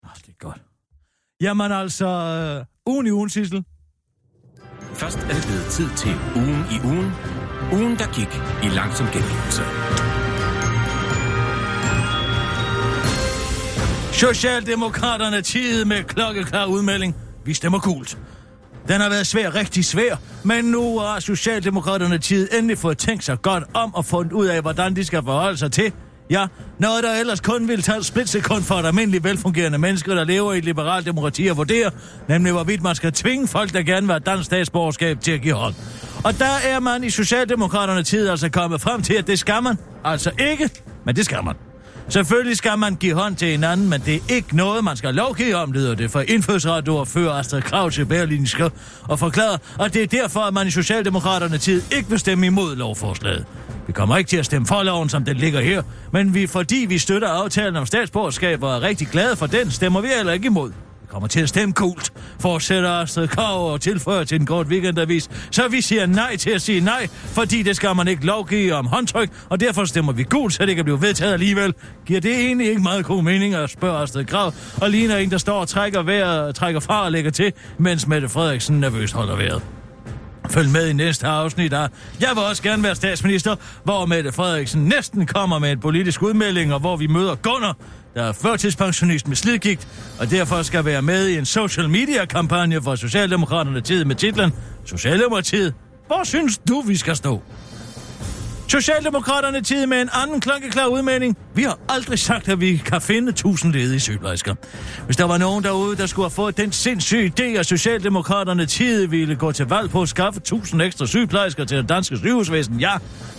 F: Nå, det er godt. Jamen altså, øh, ugen i ugen, Sissel.
G: Først er det blevet tid til ugen i ugen. Ugen, der gik i langsom gengivelse.
F: Socialdemokraterne tiede med klokkeklar udmelding. Vi stemmer gult. Den har været svær, rigtig svær, men nu har Socialdemokraterne tid endelig fået tænkt sig godt om og fundet ud af, hvordan de skal forholde sig til. Ja, noget der ellers kun ville tage et splitsekund for et almindeligt velfungerende menneske, der lever i et liberalt demokrati at vurdere, nemlig hvorvidt man skal tvinge folk, der gerne vil have dansk statsborgerskab, til at give hånd. Og der er man i Socialdemokraterne tid altså kommet frem til, at det skal man. Altså ikke, men det skal man. Selvfølgelig skal man give hånd til hinanden, men det er ikke noget, man skal lovgive om, lyder det for indfødsretordfører Astrid Krause Berlinske, og forklarer, at det er derfor, at man i Socialdemokraterne tid ikke vil stemme imod lovforslaget. Vi kommer ikke til at stemme for loven, som den ligger her, men vi, fordi vi støtter aftalen om statsborgerskab og er rigtig glade for den, stemmer vi heller ikke imod. Vi kommer til at stemme gult, fortsætter Astrid Krav og tilføjer til en kort weekendavis. Så vi siger nej til at sige nej, fordi det skal man ikke lovgive om håndtryk, og derfor stemmer vi gult, så det kan blive vedtaget alligevel. Giver det egentlig ikke meget god mening at spørge Astrid Krav, og ligner en, der står og trækker, vejret, trækker fra og lægger til, mens Mette Frederiksen nervøst holder vejret. Følg med i næste afsnit af Jeg vil også gerne være statsminister, hvor Mette Frederiksen næsten kommer med en politisk udmelding, og hvor vi møder Gunnar, der er førtidspensionist med slidgigt, og derfor skal være med i en social media-kampagne for Socialdemokraterne tid med titlen Socialdemokratiet, hvor synes du, vi skal stå? Socialdemokraterne tid med en anden klokkeklar udmelding. Vi har aldrig sagt, at vi kan finde 1000 ledige sygeplejersker. Hvis der var nogen derude, der skulle have fået den sindssyge idé, at Socialdemokraterne tid ville gå til valg på at skaffe 1000 ekstra sygeplejersker til det danske sygehusvæsen, ja,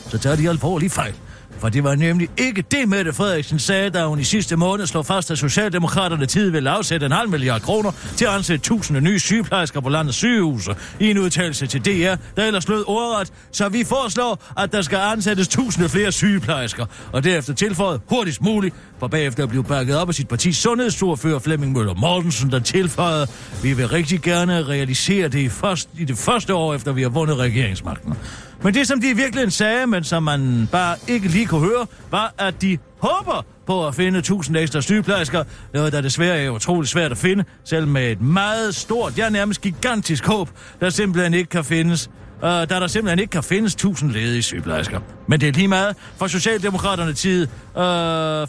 F: så tager de alvorlig fejl. For det var nemlig ikke det, Mette Frederiksen sagde, da hun i sidste måned slog fast, at Socialdemokraterne tid ville afsætte en halv milliard kroner til at ansætte tusinde nye sygeplejersker på landets sygehuse. I en udtalelse til DR, der ellers lød ordret, så vi foreslår, at der skal ansættes tusinde flere sygeplejersker, og derefter tilføjet hurtigst muligt, for bagefter at blive bakket op af sit partis sundhedsordfører Flemming Møller Mortensen, der tilføjede, vi vil rigtig gerne realisere det i, først, i det første år, efter vi har vundet regeringsmagten. Men det, som de i virkeligheden sagde, men som man bare ikke lige kunne høre, var, at de håber på at finde 1000 ekstra sygeplejersker, noget der desværre er utrolig svært at finde, selv med et meget stort, ja nærmest gigantisk håb, der simpelthen ikke kan findes. Uh, da der simpelthen ikke kan findes 1000 ledige sygeplejersker. Men det er lige meget for Socialdemokraterne tid, uh,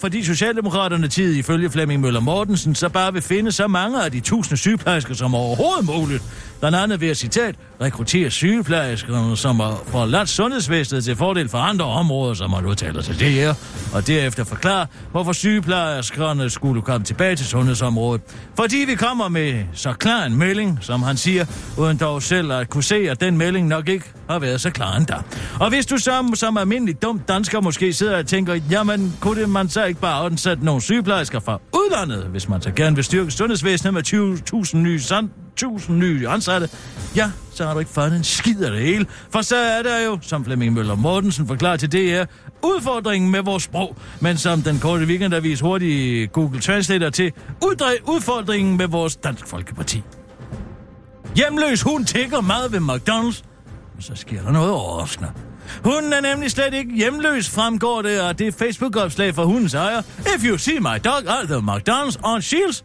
F: fordi Socialdemokraterne tid ifølge Flemming Møller Mortensen så bare vil finde så mange af de 1000 sygeplejersker som overhovedet muligt. Blandt andet ved at citat, rekruttere sygeplejerskerne, som er for lands sundhedsvæsenet til fordel for andre områder, som man udtaler til det her, og derefter forklare, hvorfor sygeplejerskerne skulle komme tilbage til sundhedsområdet. Fordi vi kommer med så klar en melding, som han siger, uden dog selv at kunne se, at den melding nok ikke har været så klar endda. Og hvis du som, som almindelig dum dansker måske sidder og tænker, jamen kunne det man så ikke bare ansætte nogle sygeplejersker fra udlandet, hvis man så gerne vil styrke sundhedsvæsenet med 20.000 nye sand 1000 nye ansatte, ja, så har du ikke fanget en skid af det hele. For så er der jo, som Flemming Møller Mortensen forklarer til DR, udfordringen med vores sprog. Men som den korte weekendavis hurtigt Google Translator til, uddre- udfordringen med vores Dansk Folkeparti. Hjemløs hun tigger meget ved McDonald's, men så sker der noget overraskende. Hunden er nemlig slet ikke hjemløs, fremgår det af det Facebook-opslag fra hundens ejer. If you see my dog at the McDonald's on shields,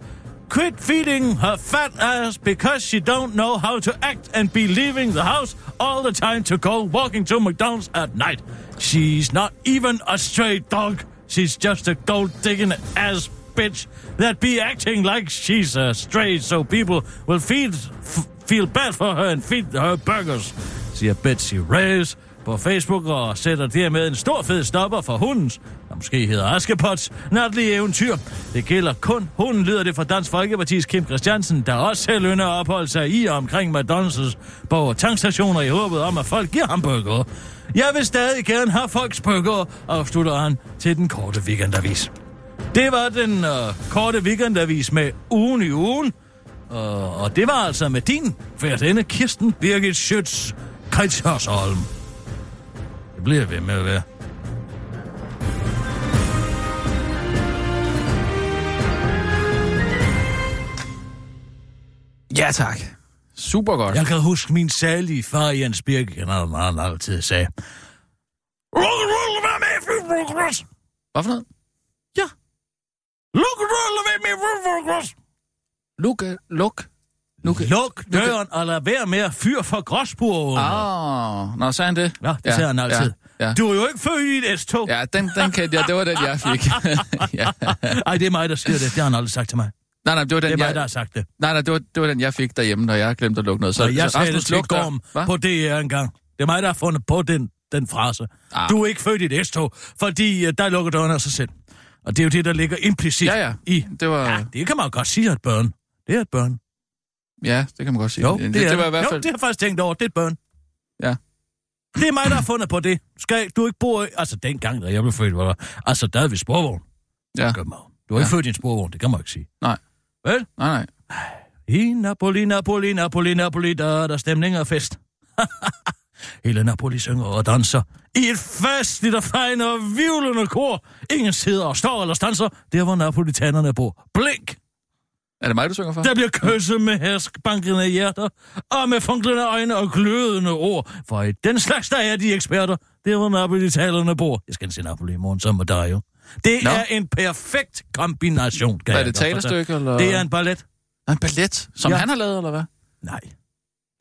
F: quit feeding her fat ass because she don't know how to act and be leaving the house all the time to go walking to McDonald's at night. She's not even a stray dog. She's just a gold-digging ass bitch that be acting like she's a stray so people will feed, f- feel bad for her and feed her burgers, siger Betsy Reyes på Facebook og sætter dermed en stor fed stopper for hundens, der måske hedder Askepots, natlige eventyr. Det gælder kun hunden, lyder det fra Dansk Folkeparti's Kim Christiansen, der også selv ynder at opholde sig i og omkring McDonald's på tankstationer i håbet om, at folk giver ham burger. Jeg vil stadig gerne have folks burger, afslutter han til den korte weekendavis. Det var den øh, korte weekendavis med ugen i ugen. Øh, og det var altså med din værtinde, Kirsten Birgit Schütz Kreitsholm. Det bliver jeg ved med at være.
D: Ja, tak. Super godt.
F: Jeg kan huske min særlige far, Jens Birgit, han har meget altid sagde. Rock'n'roll var med i Flybrugros!
D: Hvad for noget?
F: Rock'n'roll var med i Flybrugros!
D: Luk, øh, luk. Luk.
F: Luk døren, og lad være med at fyre for gråsburen.
D: Ah, nå, så er han det.
F: Ja, det sagde han altid.
D: Ja, ja.
F: Du er jo ikke født i et S-tog.
D: Ja, den, den kendte jeg. Det var den, jeg
F: <laughs>
D: fik. ja.
F: Ej, det er mig, der siger det. Det har han aldrig sagt til mig.
D: Nej, nej, det var
F: Det
D: den,
F: er mig,
D: jeg,
F: der har sagt det.
D: nej, nej, det var, det var den, jeg fik derhjemme, når jeg glemte at lukke noget.
F: Så jeg
D: så
F: sagde det til
D: luk døren.
F: Gorm
D: Hva?
F: på DR engang. Det er mig, der har fundet på den, den frase.
D: Ah.
F: Du er ikke født i et S-tog, fordi øh, der lukker døren af sig selv. Og det er jo det, der ligger implicit
D: Ja, ja.
F: i.
D: Det var...
F: Ja, det kan man godt sige, at børn. Det er et børn.
D: Ja, det kan man godt sige.
F: Jo,
D: det, det, det var i hvert
F: Jo,
D: fald...
F: det har jeg faktisk tænkt over. Det er et børn.
D: Ja.
F: Det er mig, der har fundet på det. Skal du ikke bo... i- Altså, dengang, da jeg blev født, var der... Altså, der havde vi sporvogn.
D: Ja.
F: København. Du har ikke
D: Ja.
F: født i en sporvogn, det kan man jo ikke sige.
D: Nej.
F: Vel?
D: Nej, nej.
F: I Napoli, Napoli, Napoli, Napoli, der er der stemning og fest. <laughs> Hele Napoli synger og danser. I et festligt og fejende og vivlende kor. Ingen sidder og står eller stanser. Der, hvor napolitanerne bor. Blink!
D: Er det mig, du synger for?
F: Der bliver kysset med hersk, bankende hjerter, og med funklende øjne og glødende ord. For i den slags, der er de eksperter. Det er, hvor Napoli-talerne bor. Jeg skal se Napoli i morgen sammen med dig, jo. Det
D: Nå.
F: Nå. er en perfekt kombination, kan
D: er
F: jeg
D: det
F: godt fortælle.
D: talerstykke, eller?
F: Det er en ballet.
D: en ballet, som ja.
F: Ja.
D: han har lavet, eller hvad?
F: Nej,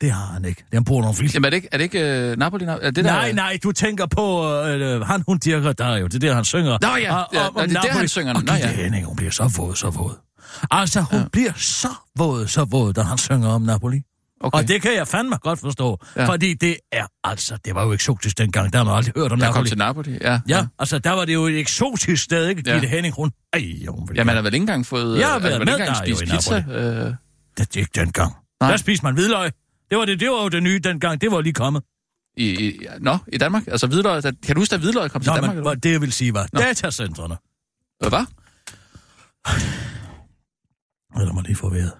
F: det har han ikke. Det er en pornofil.
D: Jamen, er det ikke, er det ikke uh, Napoli? Er det der,
F: Nej, nej, du tænker på øh, han, hun dirker der jo. Det er der, han synger.
D: Nå ja,
F: Og-
D: ja,
F: og-
D: nå, det er der,
F: Napoli.
D: han synger.
F: Og
D: Nå
F: Gitte
D: ja.
F: Henning, hun bliver så våd, så våd. Altså, hun
D: Ja.
F: ja. bliver så våd, så våd, da han synger om Napoli.
D: Okay.
F: Okay. Og det kan jeg fandme godt forstå,
D: Ja.
F: ja. fordi det er altså, det var jo eksotisk dengang, der har man aldrig hørt om
D: der kom
F: Napoli.
D: til Napoli, ja.
F: Ja, ja, altså der var det jo et eksotisk sted, ikke?
D: Ja.
F: Ja. Gitte Henning, hun... Ej, hun ville
D: Ja, man
F: gerne-
D: har vel ikke engang fået...
F: Jeg har
D: altså,
F: været
D: vel
F: med,
D: ikke engang
F: der er jo
D: spist
F: i
D: pizza. Øh,
F: Det er ikke dengang.
D: Nej.
F: Nej. Der spiste man hvidløg. Det var, det, det var jo det nye dengang, det var lige kommet.
D: i, i, ja, nå, i Danmark? Altså, hvidløg, der, kan du huske, at hvidløg kom til
F: Nå,
D: Danmark?
F: men
D: eller
F: hvad det jeg vil sige var,
D: Nå.
F: datacentrene.
D: hvad? Øh, Hvad?
F: Jeg lader mig lige forvirret.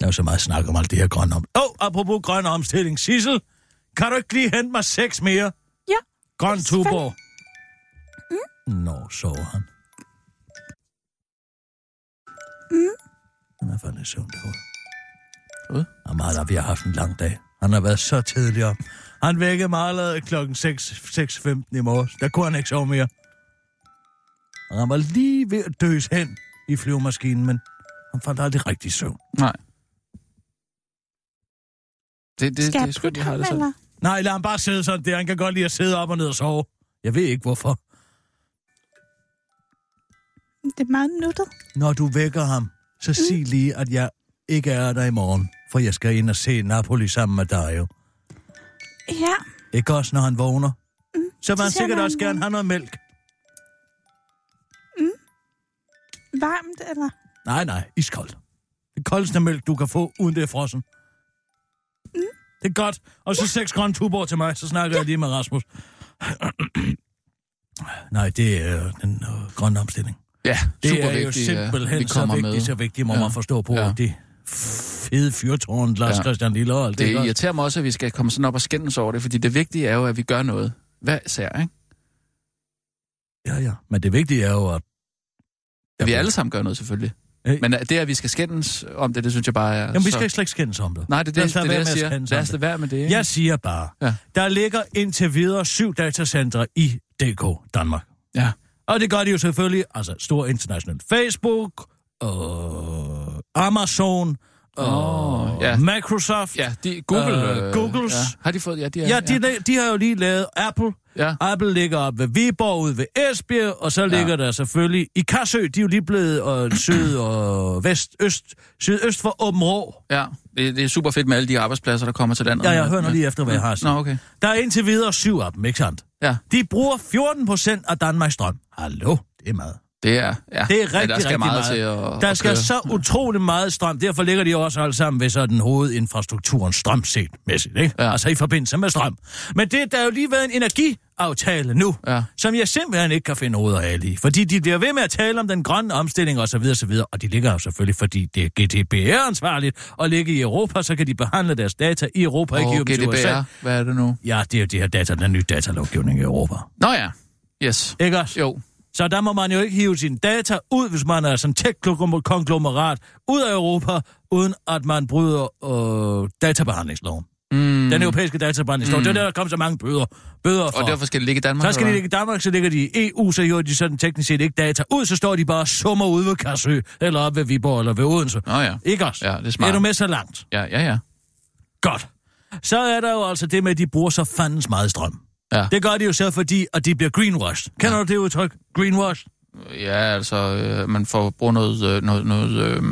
F: Der er jo så meget snak om alt det her grønne om. Åh, oh, apropos grøn omstilling. Sissel, kan du ikke lige hente mig seks mere?
E: Ja.
F: Grøn
E: Selvfølgelig.
F: Tuborg. Mm. Nå, sover han. Mm. Han er faldet i søvn derude.
D: Ude?
F: Og meget op, vi har haft en lang dag. Han har været så tidlig op. Han vækkede mig allerede klokken 6, 6.15 i morges. Der kunne han ikke sove mere. Og han var lige ved at døs hen i flyvemaskinen, men han faldt aldrig rigtig i søvn.
D: Nej. Det, det,
E: Skal
D: det
E: jeg
D: er skønt,
E: putte
D: jeg har
E: ham,
D: det sådan.
E: eller?
F: Nej, lad ham bare sidde sådan der. Han kan godt lide at sidde op og ned og sove. Jeg ved ikke, hvorfor.
E: Det er meget nuttet.
F: Når du vækker ham, så sig lige, at jeg ikke er der i morgen, for jeg skal ind og se Napoli sammen med dig jo.
E: Ja,
F: Ikke også, når han vågner? Mm. Så vil han
E: siger
F: sikkert
E: han,
F: også
E: han-
F: gerne have noget mælk.
E: varmt, eller?
F: Nej, nej, iskoldt. Det koldeste mælk, du kan få, uden det er frossen. Mm. Det er godt. Og så seks grønne tuborg til mig, så snakker ja. jeg lige med Rasmus. <clears throat> nej, det er øh, den øh, grønne omstilling.
D: Ja,
F: Det
D: super
F: er jo
D: vigtigt, ja.
F: simpelthen
D: Vi
F: så
D: kommer
F: vigtigt,
D: med.
F: så vigtigt, må
D: Ja.
F: ja. man forstå på
D: Ja.
F: ja. det fede fyrtårn, Lars
D: Ja.
F: ja. Christian Lille og alt det.
D: Det
F: ikke også?
D: irriterer mig også, at vi skal komme sådan op og skændes over det, fordi det vigtige er jo, at vi gør noget. Hvad især, ikke?
F: Ja, ja. Men det vigtige er jo, at...
D: At vi alle sammen gør noget, selvfølgelig.
F: Øh.
D: Men det, at vi skal skændes om det, det synes jeg bare er...
F: Jamen, vi
D: Altså, så-
F: skal slet ikke skændes om det.
D: Nej, det er
F: Lad
D: det, det,
F: os
D: er
F: lade
D: det
F: være
D: jeg siger.
F: med at skændes
D: Lad
F: om
D: os
F: det.
D: lade være med det, ikke?
F: Jeg siger bare,
D: Ja.
F: ja. der ligger indtil videre syv datacentre i DK, Danmark.
D: Ja.
F: Og det gør de jo selvfølgelig, altså stor international Facebook, og Amazon, og
D: Åh,
F: oh,
D: ja.
F: ja. Microsoft.
D: Ja, de, Google...
F: Øh, Googles.
D: Ja. Har de fået... Ja, de er,
F: Ja, de, ja. de har jo lige lavet Apple.
D: Ja.
F: Apple ligger op ved Viborg, ude ved Esbjerg, og så ligger der selvfølgelig i Kassø. De er jo lige blevet øh, syd og vest, øst, sydøst for Åben Rå.
D: Ja, det, det er super fedt med alle de arbejdspladser, der kommer til landet.
F: Ja, jeg hører nu lige efter, hvad jeg har at
D: Nå,
F: sige.
D: okay.
F: Der er indtil videre syv af dem, ikke sandt?
D: Ja,
F: De bruger 14 procent af Danmarks strøm. Hallo, det er meget.
D: det er... Ja.
F: Det er
D: ja,
F: rigtig,
D: der skal
F: rigtig
D: meget,
F: meget.
D: til at...
F: Der
D: at
F: skal
D: køre.
F: så utrolig meget strøm. Derfor ligger de jo også alle sammen ved sådan hovedinfrastrukturen strømset mæssigt, ikke?
D: Ja.
F: Ja. Altså i forbindelse med strøm. Men det, der er jo lige været en energiaftale nu,
D: Ja.
F: som jeg simpelthen ikke kan finde hovedet af lige. Fordi de bliver ved med at tale om den grønne omstilling osv. osv. Og de ligger jo selvfølgelig, fordi det er GDPR-ansvarligt at ligge i Europa, så kan de behandle deres data i Europa, ikke i
D: Og
F: USA.
D: GDPR, hvad er det nu?
F: Ja, det er jo de her data, den nye datalovgivning i Europa.
D: Nå ja, yes.
F: Ikke også?
D: Jo,
F: Så der må man jo ikke hive sine data ud, hvis man er sådan tech-konglomerat ud af Europa, uden at man bryder øh, databehandlingsloven. Mm. Den europæiske databehandlingslov. Mm. Det er der, der kom så mange bøder, bøder for.
D: og derfor skal det ligge i Danmark.
F: Så skal de
D: eller
F: ligge i Danmark, så ligger de i EU, så gjorde de sådan teknisk set ikke data ud, så står de bare og summer ude ved Kassø, eller op ved Viborg, eller ved Odense.
D: hvad? Nå ja.
F: Ikke også?
D: Ja, det er smart.
F: Er du med så langt?
D: Ja, ja, ja.
F: Godt. Så er der jo altså det med, at de bruger så fandens meget strøm.
D: Ja.
F: Det gør de jo så, fordi at de bliver greenwashed. Kender du det udtryk? Greenwashed?
D: Ja, altså, øh, man får brugt noget, øh, noget, noget øh,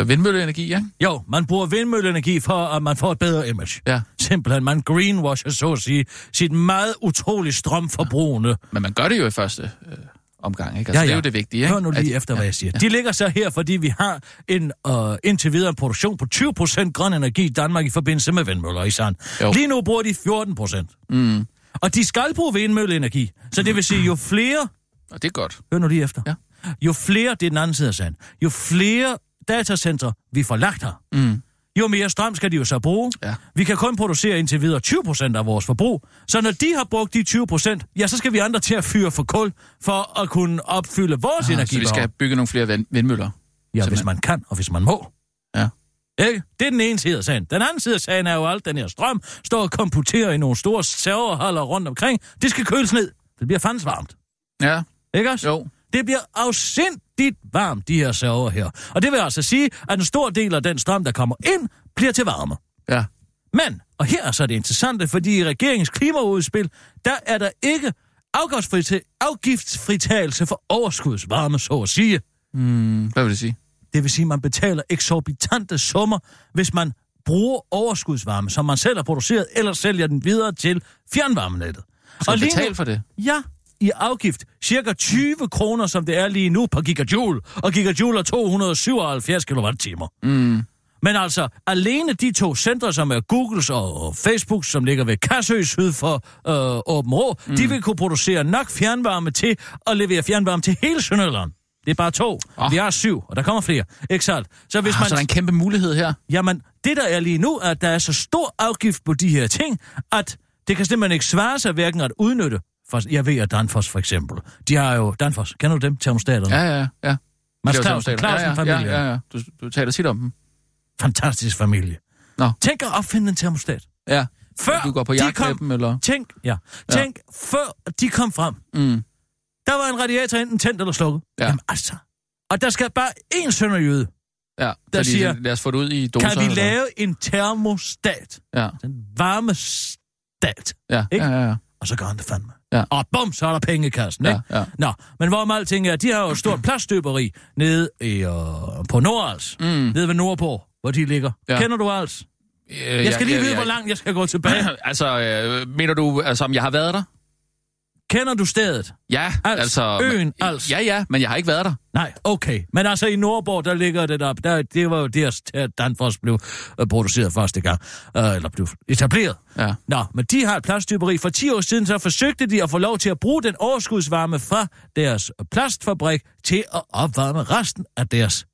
D: øh, vindmølleenergi, ikke?
F: Jo, man bruger vindmølleenergi for, at man får et bedre image.
D: Ja.
F: Simpelthen, man greenwasher, så at sige, sit meget utroligt strømforbrugende.
D: Men man gør det jo i første øh, omgang, ikke? Altså, Det er jo det vigtige, ikke?
F: Hør nu lige
D: At-
F: efter, hvad jeg siger. De ligger så her, fordi vi har en øh, indtil videre en produktion på 20% grøn energi i Danmark i forbindelse med vindmøller i sand.
D: Jo.
F: Lige nu bruger de 14%. Mm. Og de skal bruge vindmølleenergi. Så det vil sige, jo flere
D: Og det er godt.
F: Hør nu lige efter.
D: Ja.
F: Jo flere, det er den anden side af sand, jo flere datacenter vi får lagt her, mm. jo mere strøm skal de jo så bruge.
D: Ja.
F: Vi kan kun producere indtil videre 20% af vores forbrug. Så når de har brugt de 20%, ja, så skal vi andre til at fyre for kul, for at kunne opfylde vores
D: Ah,
F: energi.
D: så vi skal bygge nogle flere vind- vindmøller.
F: Ja, hvis
D: Simpelthen.
F: man kan, og hvis man må.
D: Ja.
F: Ikke? Det er den ene side af sagen. Den anden side af sagen er jo alt den her strøm, står og komputerer i nogle store serverhaller rundt omkring. Det skal køles ned. Det bliver fandens varmt.
D: Ja,
F: Ikke også?
D: jo.
F: Det bliver afsindigt varmt, de her server her. Og det vil altså sige, at en stor del af den strøm, der kommer ind, bliver til varme.
D: Ja.
F: Men, og her er så det interessante, fordi i regeringens klimaudspil, der er der ikke afgiftsfrita- afgiftsfritagelse for overskudsvarme, så at sige.
D: Mm, hvad vil det sige?
F: Det vil sige, at man betaler eksorbitante summer, hvis man bruger overskudsvarme, som man selv har produceret, eller sælger den videre til fjernvarmenettet.
D: Skal og
F: lige nu-
D: betale for det?
F: Ja, i afgift. Cirka 20 kroner, som det er lige nu per gigajoule. Og gigajoule er 277 kWh. Mm. Men altså, alene de to centre, som er Googles og og Facebooks, som ligger ved Kassø syd for øh, Åben Rå, mm. de vil kunne producere nok fjernvarme til at levere fjernvarme til hele Sønderjylland. Det er bare to.
D: Åh.
F: Oh. Vi har syv, og der kommer flere. Ikke sandt? Ah, Så hvis
D: Hvis man... Så er der en kæmpe mulighed her.
F: Jamen, det der er lige nu, er, at der er så stor afgift på de her ting, at det kan simpelthen ikke svare sig hverken at udnytte. For, jeg ved, at Danfoss for eksempel, de har jo... Danfoss, kender du dem? Termostaterne.
D: Ja,
F: Ja.
D: ja, ja. ja.
F: Mads
D: Det er jo
F: Clausen,
D: samtaler. ja,
F: Clausen-familien.
D: ja, ja, ja. Du, du taler tit om dem.
F: Fantastisk familie.
D: Nå.
F: Tænk at opfinde en termostat.
D: Ja.
F: Før
D: du går på
F: de
D: jagt
F: kom-
D: med dem, eller?
F: Tænk, ja.
D: Ja.
F: Tænk, før de kom frem.
D: Mm.
F: Der var en radiator enten tændt eller slukket.
D: Ja.
F: Jamen altså. Og der skal bare én sønderjyde.
D: Ja,
F: Der
D: der
F: siger,
D: siger, lad os få det ud i doser.
F: Kan vi
D: eller-
F: lave en termostat?
D: Ja,
F: Den varme stat.
D: ja,
F: Ikke?
D: ja, ja, ja.
F: Og så gør han det fandme.
D: Ja.
F: Og bum, så er der penge i kassen,
D: Ja,
F: ikke?
D: ja.
F: Nå, men hvorom alting er, de har jo et stort plaststøberi nede i, øh, på Nordals, mm.
D: Mm.
F: nede ved Nordborg, hvor de ligger. Ja.
D: Ja.
F: Kender du Als?
D: Øh,
F: Jeg skal lige
D: ja,
F: vide,
D: ja,
F: hvor langt jeg skal gå tilbage.
D: <clears throat> altså, øh, mener du, altså, om jeg har været der?
F: Kender du stedet?
D: Ja,
F: Als.
D: altså...
F: Øen Als.
D: Ja, ja, men jeg har ikke været der.
F: Nej, okay. Men altså i Nordborg, der ligger det der, der det var jo der, der Danfoss blev øh, produceret første gang, øh, eller blev etableret.
D: Ja.
F: Nå, men de har et plaststøberi. For 10 år siden så forsøgte de at få lov til at bruge den overskudsvarme fra deres plastfabrik til at opvarme resten af deres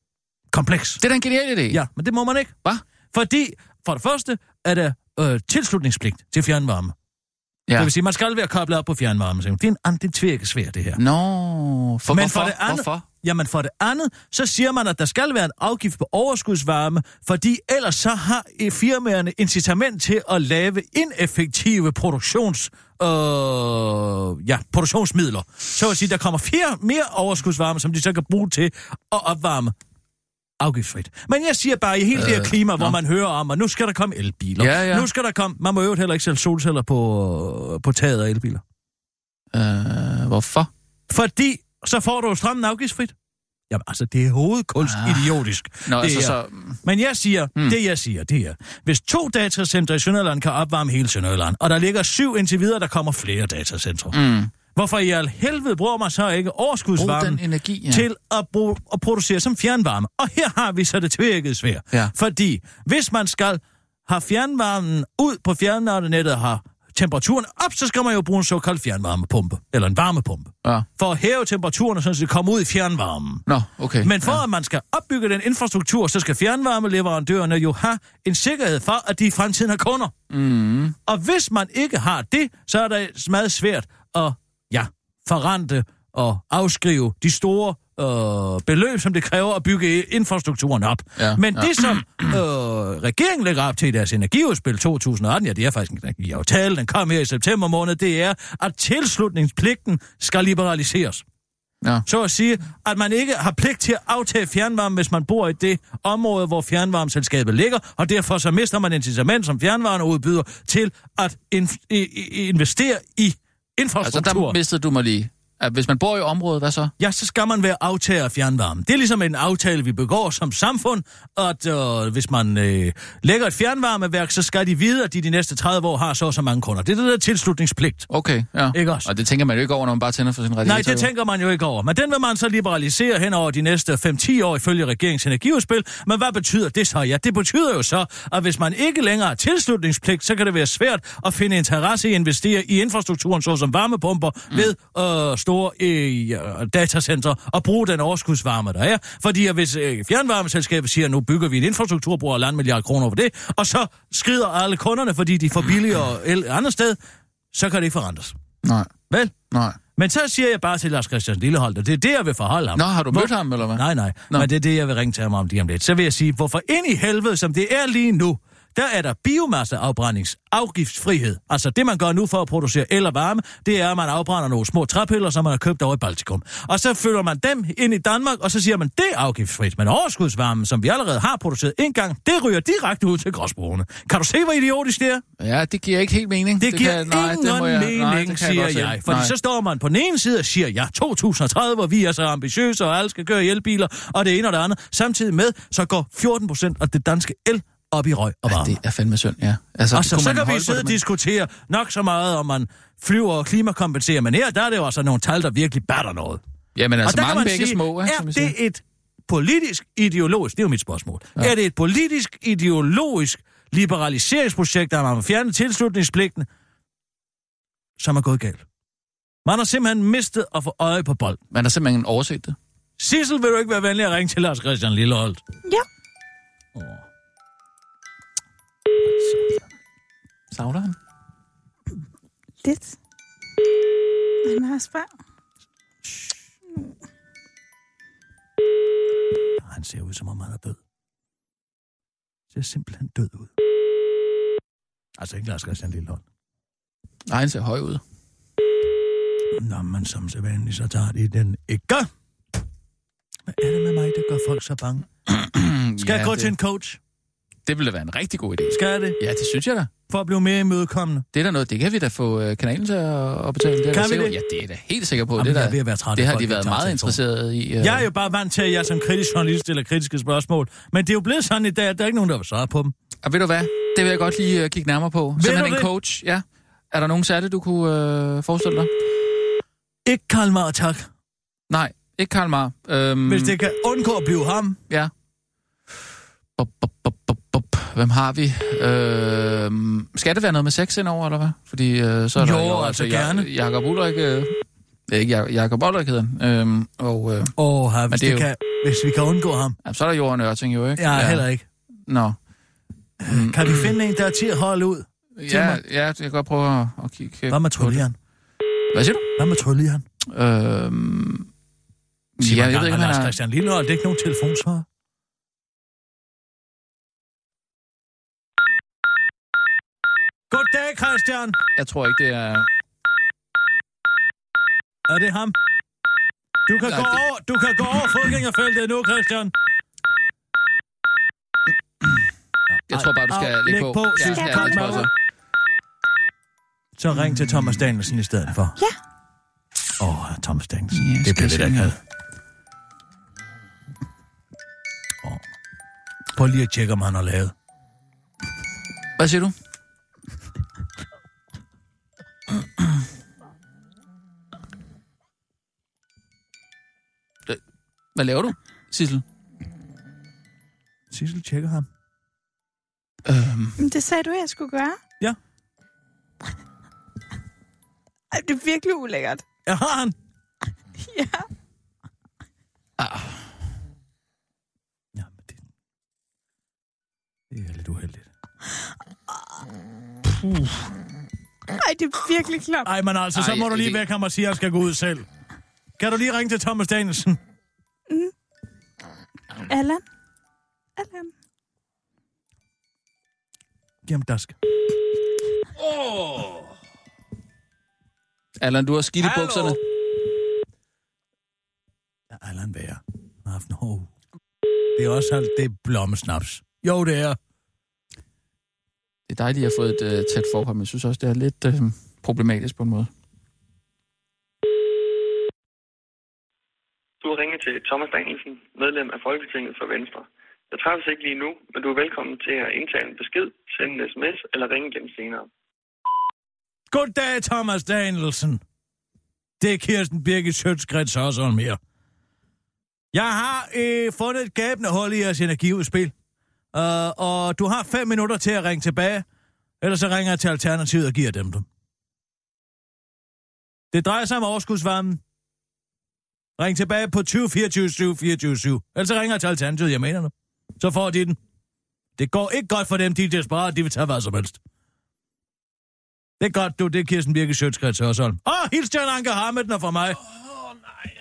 F: kompleks.
D: Det er da en genial idé.
F: Ja, men det må man ikke.
D: Hva?
F: Fordi for det første er der øh, tilslutningspligt til fjernvarme. Ja.
D: Ja.
F: Det vil sige, man skal være koblet op på fjernvarme. Det er en anden, det tvirker svært, det her.
D: Nå, for,
F: Men
D: hvorfor?
F: for det andet-
D: Hvorfor?
F: Jamen for det andet, så siger man, at der skal være en afgift på overskudsvarme, fordi ellers så har eh, firmaerne incitament til at lave ineffektive produktions, øh, ja, produktionsmidler. Så at sige, der kommer flere, mere overskudsvarme, som de så kan bruge til at opvarme afgiftsfrit. Men jeg siger bare, i hele øh, det her klima, hvor
D: nå.
F: man hører om, at nu skal der komme elbiler.
D: Ja, ja.
F: Nu skal der komme... Man må jo heller ikke sælge solceller på, på taget af elbiler.
D: Øh, hvorfor?
F: Fordi så får du jo strømmen afgiftsfrit. Jamen altså, det er hovedkunst ah. idiotisk.
D: Nå,
F: det
D: altså,
F: er.
D: så...
F: Men jeg siger, hmm. det jeg siger, det er, hvis to datacenter i Sønderland kan opvarme hele Sønderland, og der ligger syv indtil videre, der kommer flere datacentre. Mm.
D: Mm,
F: Hvorfor i al helvede bruger man så ikke
D: brug
F: overskudsvarmen
D: den energi, ja.
F: til at, bruge, at producere som fjernvarme? Og her har vi så det tvirket svært.
D: Ja.
F: Fordi hvis man skal have fjernvarmen ud på fjernvarmenettet og har temperaturen op, så skal man jo bruge en såkaldt fjernvarmepumpe, eller en varmepumpe
D: Ja.
F: for at hæve temperaturen, så det kommer ud i fjernvarmen.
D: Nå, okay.
F: Men for ja. at man skal opbygge den infrastruktur, så skal fjernvarmeleverandørerne jo have en sikkerhed for, at de i fremtiden har kunder.
D: Mm-hmm.
F: Mm. Og hvis man ikke har det, så er det meget svært at ja, forrente og afskrive de store øh, beløb, som det kræver at bygge infrastrukturen op.
D: Ja,
F: Men
D: ja.
F: det, som øh, regeringen lægger op til i deres energiudspil 2018, ja, det er faktisk en energiaftale, den kom her i september måned, det er, at tilslutningspligten skal liberaliseres.
D: Ja.
F: Så at sige, at man ikke har pligt til at aftage fjernvarme, hvis man bor i det område, hvor fjernvarmeselskabet ligger, og derfor så mister man incitament som fjernvarmeudbyder til at inf- i- i- investere i
D: Altså,
F: infrastruktur.
D: der mistede du mig lige. At hvis man bor i området, hvad så?
F: Ja, så skal man være aftager af fjernvarme. Det er ligesom en aftale, vi begår som samfund, at øh, hvis man øh, lægger et fjernvarmeværk, så skal de vide, at de de næste 30 år har så og så mange kunder. Det er det der tilslutningspligt.
D: Okay, ja.
F: Ikke også?
D: Og det tænker man jo ikke over, når man bare tænder for sin radiator.
F: Nej, det
D: jo.
F: tænker man jo ikke over. Men den vil man så liberalisere hen over de næste 5-10 år ifølge regeringens energiudspil. Men hvad betyder det så? Ja, det betyder jo så, at hvis man ikke længere har tilslutningspligt, så kan det være svært at finde interesse i at investere i infrastrukturen, såsom varmepumper, mm. ved øh, store øh, ja, datacenter og bruge den overskudsvarme, der er. Fordi at hvis øh, fjernvarmeselskabet siger, at nu bygger vi en infrastruktur, bruger land milliard kroner på det, og så skrider alle kunderne, fordi de får billigere el andet sted, så kan det ikke forandres.
D: Nej,
F: Vel?
D: nej.
F: Men så siger jeg bare til Lars Christian Lilleholdt, og det er det, jeg vil forholde ham.
D: Nå, har du
F: Hvor-
D: mødt ham, eller hvad?
F: Nej, nej.
D: Nå.
F: Nå. Men det er det, jeg vil ringe til ham om lige om lidt. Så vil jeg sige, hvorfor ind i helvede, som det er lige nu, der er der biomasseafbrændingsafgiftsfrihed. Altså det, man gør nu for at producere el og varme, det er, at man afbrænder nogle små træpiller, som man har købt over i Baltikum. Og så flytter man dem ind i Danmark, og så siger man, det er afgiftsfrit. Men overskudsvarmen, som vi allerede har produceret en gang, det ryger direkte ud til gråsbrugerne. Kan du se, hvor idiotisk det er?
D: Ja, det giver ikke helt mening.
F: Det, det giver
D: kan-
F: kan, nej, ingen
D: må jeg- nej,
F: mening,
D: det kan
F: siger
D: godt se.
F: jeg. jeg. Fordi
D: Nej.
F: nej. så står man på den ene side og siger, ja, 2030, og vi er så ambitiøse, og alle skal køre i elbiler, og det ene og det andet. Samtidig med, så går 14 procent af det danske el op i røg og varme.
D: Ja, det er fandme synd, ja. Altså,
F: Og så,
D: kunne
F: så
D: man
F: kan vi
D: holde på
F: sidde
D: det,
F: og
D: men-
F: diskutere nok så meget, om man flyver og klimakompenserer, men her der er det jo altså nogle tal, der virkelig batter noget.
D: Jamen altså,
F: og der kan
D: mange
F: man
D: begge
F: sige,
D: små, ikke,
F: er
D: som vi siger.
F: det et politisk ideologisk, det er jo mit spørgsmål, ja. er det et politisk ideologisk liberaliseringsprojekt, der man har fjernet tilslutningspligten, som er gået galt? Man har simpelthen mistet at få øje på bolden.
D: Man har simpelthen overset det.
F: Sissel, vil du ikke være venlig at ringe til Lars Christian Lilleholdt?
E: Ja.
F: Åh.
D: Savner han?
E: Lidt. Han har spørg.
F: Ah, Han ser ud, som om han er død. Ser simpelthen død ud. Altså ikke Lars Christian Lillehold.
D: Nej, han ser høj ud.
F: Nå, men som så vanligt, så tager de den ikke. Hvad er det med mig, der gør folk så bange? <clears throat> Skal ja, jeg gå
D: det,
F: til en coach?
D: Det ville da være en rigtig god idé.
F: Skal jeg det?
D: Ja, det synes jeg da.
F: For at blive mere imødekommende?
D: Det er da noget, det kan vi da få øh, kanalen til at at betale. Det er
F: Kan
D: da
F: vi
D: sikkert-
F: det?
D: Ja, det er da helt sikker på.
F: Jamen,
D: det,
F: jeg
D: der,
F: er ved at være træt af
D: det har
F: folk,
D: de
F: der
D: været
F: tager
D: meget
F: telefonen.
D: interesseret i. Øh,
F: Jeg er jo bare vant til, at jeg som kritisk journalist stiller kritiske spørgsmål. Men det er jo blevet sådan i dag, at der er ikke nogen, der vil svare på dem.
D: Og ved du hvad? Det vil jeg godt lige øh, kigge nærmere på. Vil
F: du
D: Simpelthen en
F: det?
D: coach, ja. Er der nogen særligt, du kunne øh, forestille dig?
F: Ikke Karl Marr, tak.
D: Mm. Nej, ikke Karl Marr. Øhm,
F: Hvis det kan undgå at blive ham.
D: Ja. Bop, bop, bop, bop, bop. Hvem har vi? Øh, skal det være noget med sex indover, eller hvad? Fordi øh, så er
F: Jo,
D: der
F: altså
D: Ja-
F: gerne.
D: Jakob Ulrik... Øh, ikke Jak- Jakob Ulrik hedder han. Øhm, og øh,
F: Åh, oh, hvis,
D: det er
F: det
D: jo-
F: kan, hvis vi kan undgå ham.
D: jamen, så er der Jorden Ørting jo, ikke?
F: Ja, ja. heller ikke.
D: Nå. Mm.
F: Kan
D: <clears throat>
F: vi finde en, der er til at holde ud?
D: Ja, ja, jeg kan godt prøve at, at kigge. øh,
F: Hvad med
D: på det.
F: Trullian?
D: Hvad siger du?
F: Hvad med Trullian?
D: Øhm,
F: Sig
D: ja,
F: mig
D: jeg ved
F: engang,
D: ikke,
F: har
D: om
F: Lars
D: han er...
F: Christian Lillehold, det er ikke nogen telefonsvar. Goddag, Christian.
D: Jeg tror ikke, det er...
F: Er det ham? Du kan,
D: Nej,
F: gå,
D: det-
F: over, du kan gå over fodgængerfeltet nu, Christian.
D: Jeg tror bare, du skal
F: Au,
D: lægge
F: læg
D: på.
F: på,
D: ja,
F: synes
D: ja,
E: jeg,
D: jeg
E: Karl
D: tror så.
E: Marx.
F: Så ring til Thomas Danielsen i stedet for.
E: Ja.
F: Åh, oh, Thomas Danielsen.
D: Ja,
F: det
D: skal
F: bliver lidt
D: jeg se.
F: akavet. Åh. Prøv lige at tjekke, om han har lavet.
D: Hvad siger du? Øh, Hvad laver du, Sissel?
F: Sissel tjekker ham.
D: Øhm,
E: Men det sagde du, jeg skulle gøre.
F: Ja.
E: Ej, det er virkelig ulækkert.
F: Jeg har han.
E: <laughs> Ja.
D: Ah.
F: Ja, men det... Det er lidt uheldigt.
E: Ej, det er virkelig klomt.
F: Ej, men altså, så
D: Ej,
F: må du lige
D: det-
F: væk ham og sige, at han skal gå ud selv. Kan du lige ringe til Thomas Danielsen?
D: Ah.
E: Allan? Allan?
F: Giv ham dask.
D: Allan, du har skidt i bukserne.
F: Ja, Allan Bære. Han har haft en hård uge. Det er også alt det blommesnaps. Jo, det er.
D: Det er dejligt, at jeg har fået et øh, tæt forhold, men jeg synes også, det er lidt øh, problematisk på en måde.
H: Du har ringet til Thomas Danielsen, medlem af Folketinget for Venstre. Jeg træffes ikke lige nu, men du er velkommen til at indtale en besked, sende en sms eller ringe igen senere.
F: Goddag, Thomas Danielsen. Det er Kirsten Birgit Sjøtskrets også om her. Jeg har øh, fundet et gabende hul i jeres energiudspil. Uh, og du har fem minutter til at ringe tilbage. Ellers så ringer jeg til Alternativet og giver dem dem. Det drejer sig om overskudsvarmen. Ring tilbage på 20 24 7 24 7. Ellers så ringer jeg til Alternativet, jeg mener det. Så får de den. Det går ikke godt for dem, de er desperate, de vil tage hvad som helst. Det er godt, du. Det er Kirsten Birke Sjøtskrets Hørsholm. Åh, hils til Anke Hamilton og fra mig. Åh, oh, nej.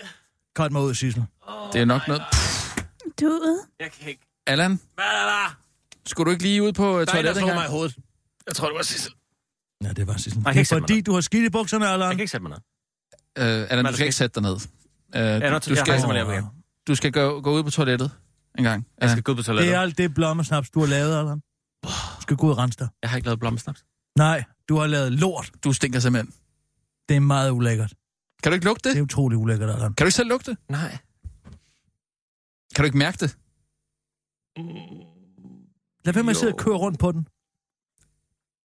F: Kort mig ud, Sissel.
D: Det er nok noget... Pff,
E: Du er ude.
B: Jeg kan ikke.
D: Allan,
B: Hvad er der?
D: skulle du ikke lige ud på øh,
B: Der er en, der
D: toilettet
B: slog mig i
D: engang?
B: hovedet. Jeg tror, det var Sissel.
F: Ja, det var
B: kan
F: Sissel. Det
B: ikke
F: er
B: sætte mig
F: fordi, du har skidt i bukserne, Allan.
B: Jeg kan ikke sætte mig ned.
D: Øh, Allan, du skal ikke sætte dig ned.
B: Ja, nå,
D: Øh, du, du
B: jeg rejser mig
D: skal,
B: lige op igen.
D: du skal gå, gå ud på toilettet en gang. Øh,
B: Jeg
D: Ja.
B: skal gå ud på
F: Det
B: toilettet.
F: er alt det blommesnaps, du har lavet, Allan. Du skal gå ud og rense dig.
B: Jeg har ikke lavet blommesnaps.
F: Nej, du har lavet lort.
D: Du stinker simpelthen.
F: Det er meget ulækkert.
D: Kan du ikke lugte det?
F: Det er utrolig ulækkert, Allan.
D: Kan du ikke selv lugte det?
B: Nej.
D: Kan du ikke mærke det?
F: Lad være med at sidde og køre rundt på den.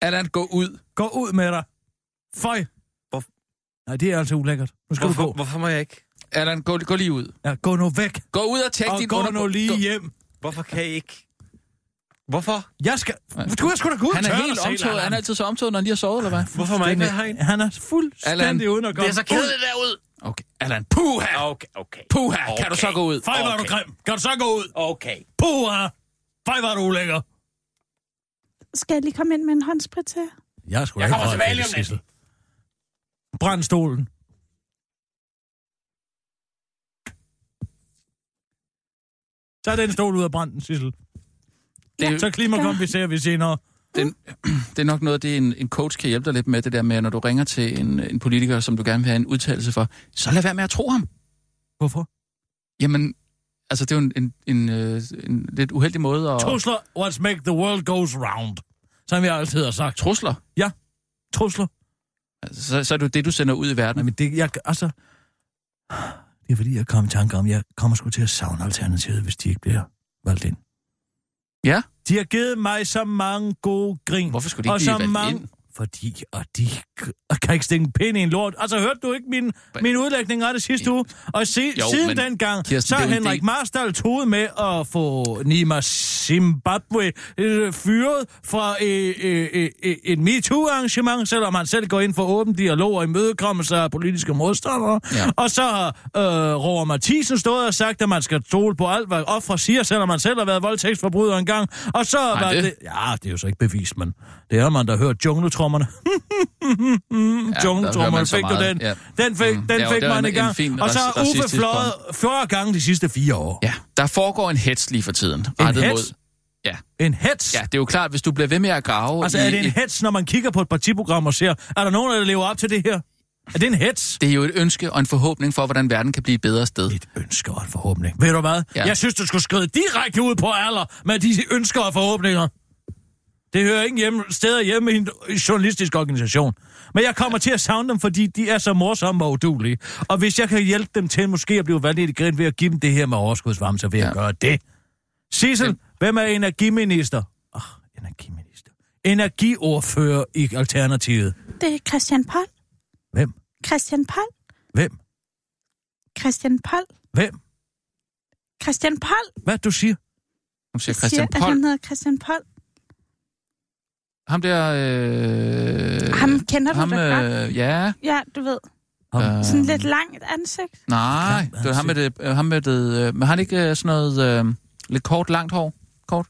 D: Allan, gå ud.
F: Gå ud med dig. Føj.
B: Hvor-
F: Nej, det er altså ulækkert. Nu skal
B: Hvorfor,
F: du gå.
B: hvorfor må jeg ikke?
D: Allan, gå, gå lige ud.
F: Ja, gå nu væk.
D: Gå ud og tjek
F: Og
D: din
F: gå
D: underbu-
F: nu lige
D: gå-
F: hjem.
B: Hvorfor kan I ikke? Hvorfor?
F: Jeg skal...
D: Nej.
F: Du har sgu da gå ud
D: Han
F: og
D: er
F: tørre
D: helt
F: dig selv,
D: omtoget. Han
F: Allan.
D: er altid så omtoget, når han lige har sovet,
F: <laughs>
D: eller hvad?
B: Hvorfor må jeg ikke Uh. være
F: Han,
B: herinde?
F: er fuldstændig
D: Allan,
F: uden at gå.
B: Det er så kedeligt derud.
D: Okay, Allan, puha!
B: Okay, okay.
D: Puha, kan du så gå ud?
F: Fej, var du grim. Kan du så gå ud?
B: Okay.
F: Puha. Fej, var du ulækker.
E: Skal jeg lige komme ind med en håndsprit til? jer?
F: Jeg, skulle
B: Jeg kommer tilbage lige om lidt.
F: Brænd stolen. Tag den stol ud af branden, Sissel.
D: Det,
F: Så
D: er-
F: klimakomplicerer vi senere.
D: det, det er nok noget, det en, en coach kan hjælpe dig lidt med, det der med, at når du ringer til en, en politiker, som du gerne vil have en udtalelse for, så lad være med at tro ham.
F: Hvorfor?
D: Jamen, altså det er jo en, en, en, øh, en lidt uheldig måde at...
F: Trusler, what's make the world goes round. Som jeg altid har sagt.
D: Trusler.
F: Trusler.
D: Altså, så, så er det jo det, du sender ud i verden.
F: Nej, men det, jeg, altså, det er fordi, jeg kom i tanke om, jeg kommer sgu til at savne Alternativet, hvis de ikke bliver valgt ind.
D: Ja.
F: De har givet mig så mange gode grin.
D: Hvorfor skulle de
F: og
D: ikke
F: så
D: blive valgt
F: mange...
D: ind?
F: Fordi, og de k- kan ikke stikke en pind i en lort. Altså, hørte du ikke min,
D: Hva-
F: min udlægning af det sidste uge? Og se,
D: Jo,
F: siden
D: men,
F: dengang,
D: Kirsten,
F: så
D: det er
F: har
D: jo en
F: Henrik
D: del-
F: Marstal troet med at få Nima Zimbabwe øh, fyret fra øh, øh, øh, øh, et MeToo-arrangement, selvom han selv går ind for åben dialog og imødekommelse af politiske modstandere.
D: Ja.
F: Og så har øh, Roger Mathisen stået og sagt, at man skal stole på alt, hvad ofre siger, selvom man selv har været voldtægtsforbryder engang. Og så
D: Har
F: var
D: det?
F: det... det... Ja, det er jo så ikke bevist, men det har man da hørt <laughs> jungletrommerne.
D: der hører
F: jungletrommerne,
D: man så
F: fik du
D: meget.
F: den?
D: Ja.
F: Den fik,
D: Mm.
F: mm,
D: Det
F: den
D: er jo-
F: fik
D: det er
F: man
D: en-
F: i gang.
D: en fin
F: og så
D: rac-
F: har Uffe
D: racistisk
F: fløjet 40 gange de sidste fire år.
D: Ja, der foregår en hets lige for tiden. Rettet
F: hets?
D: mod... Ja,
F: En hets.
D: ja, det er jo klart, hvis du bliver ved med at grave...
F: Altså, er
D: i
F: det en
D: et-
F: hets, når man kigger på et partiprogram og ser, er der nogen, der lever op til det her? Er det en hets?
D: Det er jo et ønske og en forhåbning for, hvordan verden kan blive et bedre sted.
F: Et ønske og en forhåbning. Ved du hvad?
D: Ja.
F: Ja. Jeg synes, du skulle skride direkte ud på alder med disse ønsker og forhåbninger. Det hører ingen hjemme, steder hjemme i en journalistisk organisation. Men jeg kommer til at savne dem, fordi de er så morsomme og udulige. Og hvis jeg kan hjælpe dem til måske at blive valgt i det grin ved at give dem det her med overskudsvarme, så vil jeg
D: Ja.
F: gøre det. Sissel,
D: Det-
F: hvem er energiminister? Åh, oh, energiminister. Energiordfører i Alternativet.
E: Det er Christian Pold.
F: Hvem?
E: Christian Pold.
F: Hvem?
E: Christian Pold.
F: Hvem?
E: Christian Pold.
F: Hvad du siger?
D: Nu siger
E: Jeg
D: Christian
E: siger, at han
D: Pold.
E: hedder Christian Pold.
D: Ham der... Øh,
E: Ham kender du
D: ham,
E: da godt.
D: øh, Ja.
E: Ja, du ved.
F: Ham.
D: Øh,
E: Sådan lidt langt ansigt.
D: Nej, det
F: altså-
D: var ham med det... Øh, ham med det øh, men har han ikke øh, sådan noget... Øh, lidt kort, langt hår? Kort?